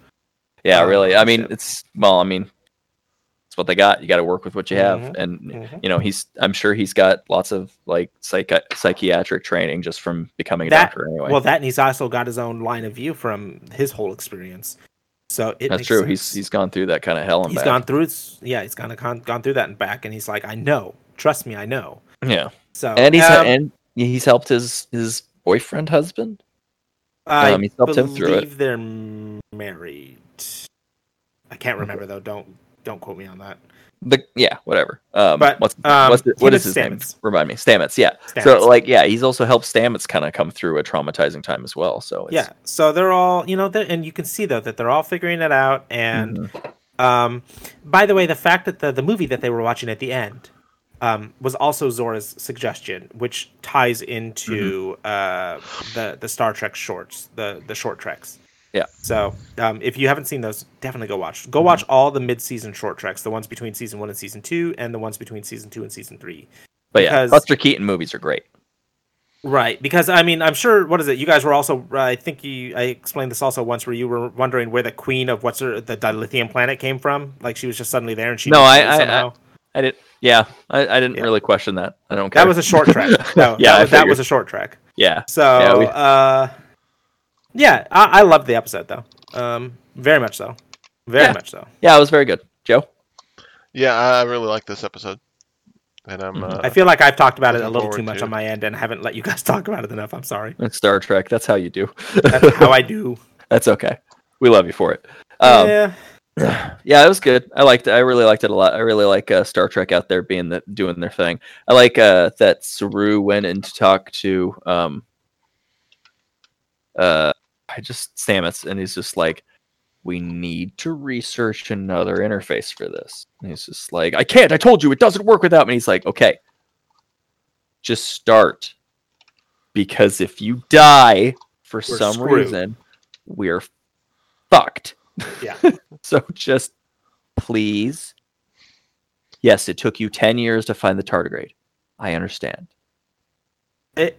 Yeah, Um, really. I mean, ship. it's well. I mean, it's what they got. You got to work with what you have, Mhm, and mhm. you know, he's. I'm sure he's got lots of like psych- psychiatric training just from becoming a That- doctor. Anyway, Well, that and he's also got his own line of view from his whole experience. So it that's makes true. Sense. He's he's gone through that kind of hell and he's back. gone through. It's, yeah, he's gone gone gone through that and back, and he's like, I know. Trust me, I know. Yeah, So and he's um, and he's helped his his boyfriend husband. I Um, he's helped him through it. believe they're m- married. I can't remember though. Don't don't quote me on that. The yeah, whatever. Um, But, what's um, what's the, what is his Kenneth name? Stamets. Remind me, Stamets. Yeah. Stamets. So like yeah, he's also helped Stamets kind of come through a traumatizing time as well. So it's, yeah, so they're all you know, they're- and you can see though that they're all figuring it out. And mm-hmm. um, by the way, the fact that the the movie that they were watching at the end um, was also Zora's suggestion, which ties into Mm-hmm. uh, the the Star Trek shorts, the the short treks. Yeah. So um, if you haven't seen those, definitely go watch. Go watch all the mid season short treks, the ones between season one and season two, and the ones between season two and season three. but yeah, because- Buster Keaton movies are great. Right, because I mean, I'm sure. What is it? You guys were also. uh, I think you. I explained this also once, where you were wondering where the queen of what's her, the dilithium planet came from. Like she was just suddenly there, and she. No, was I- there I- I- somehow. I didn't. Yeah, I, I didn't Yeah. really question that. I don't care. that was a short track. No, Yeah, that, I was, that figured. was a short track. yeah. So, Yeah, yeah, we- uh, yeah, I, I loved the episode though. Um, very much so. Very Yeah. much so. Yeah, it was very good. Joe? yeah, I really like this episode, and I'm. Mhm. Uh, I feel like I've talked about it a looking little forward too much to- on my end, and haven't let you guys talk about it enough. I'm sorry. It's Star Trek. That's how you do. That's how I do. That's okay. We love you for it. Um, yeah. yeah. it was good. I liked it. I really liked it a lot. I really like uh, Star Trek out there being the, doing their thing. I like uh, that Saru went and to talk to um, uh, I just Stamets, and he's just like, "We need to research another interface for this." And he's just like, "I can't. I told you it doesn't work without me." And he's like, "Okay, just start, because if you die for some screwed. reason, we're fucked." Yeah. so just please. Yes, it took you ten years to find the tardigrade. I understand It,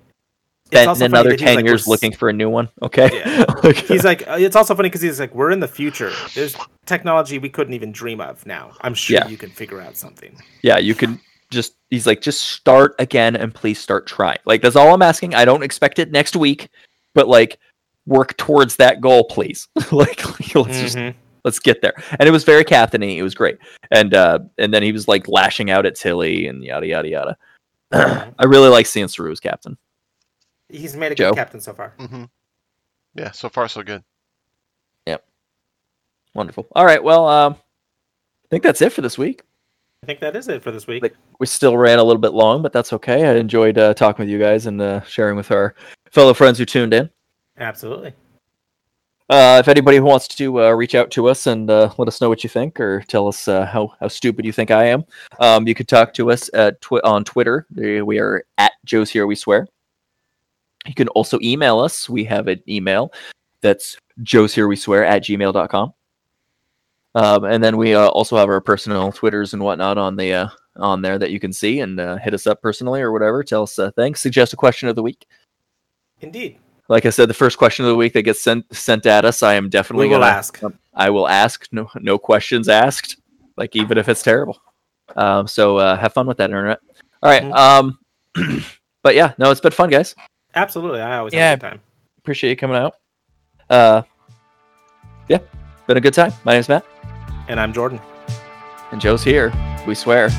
spent also funny another that he's 10 like, we're years s- looking for a new one. Okay. Yeah. Like, He's like, uh, it's also funny because he's like, we're in the future. There's technology we couldn't even dream of now. I'm sure Yeah. you can figure out something. yeah, you can just, he's like, just start again and please start trying. Like, that's all I'm asking. I don't expect it next week, but like, work towards that goal, please. like, let's just, Mhm. let's get there. And it was very captaining. It was great. And, uh, and then he was like lashing out at Tilly and yada, yada, yada. I really like seeing Saru's captain. Mm-hmm. He's made a Joe? good captain so far. mhm. Yeah, so far so good. Wonderful. All right. Well, um, I think that's it for this week. I think that is it for this week. Like- we still ran a little bit long, but that's okay. I enjoyed uh, talking with you guys and uh, sharing with our fellow friends who tuned in. Absolutely. Uh, if anybody who wants to uh, reach out to us and uh, let us know what you think or tell us uh, how, how stupid you think I am, um, you can talk to us at twi- on Twitter. There- We are at Joe's Here We Swear. You can also email us. We have an email that's Joe's Here We Swear at gmail.com. Um, and then we uh, also have our personal Twitters and whatnot on the uh, on there that you can see and uh, hit us up personally or whatever. Tell us uh, thanks. Suggest a question of the week Indeed. like I said, the first question of the week that gets sent sent at us, I am definitely We will gonna, ask. I will ask. No, no questions asked. Like even if it's terrible. Um, so uh, have fun with that internet. All right, Mhm. Um, but yeah, no, it's been fun, guys. Absolutely. I always Yeah. have a good time. Appreciate you coming out. Uh, yeah, been a good time. My name's Matt, And I'm Jordan. and Joe's here. We swear.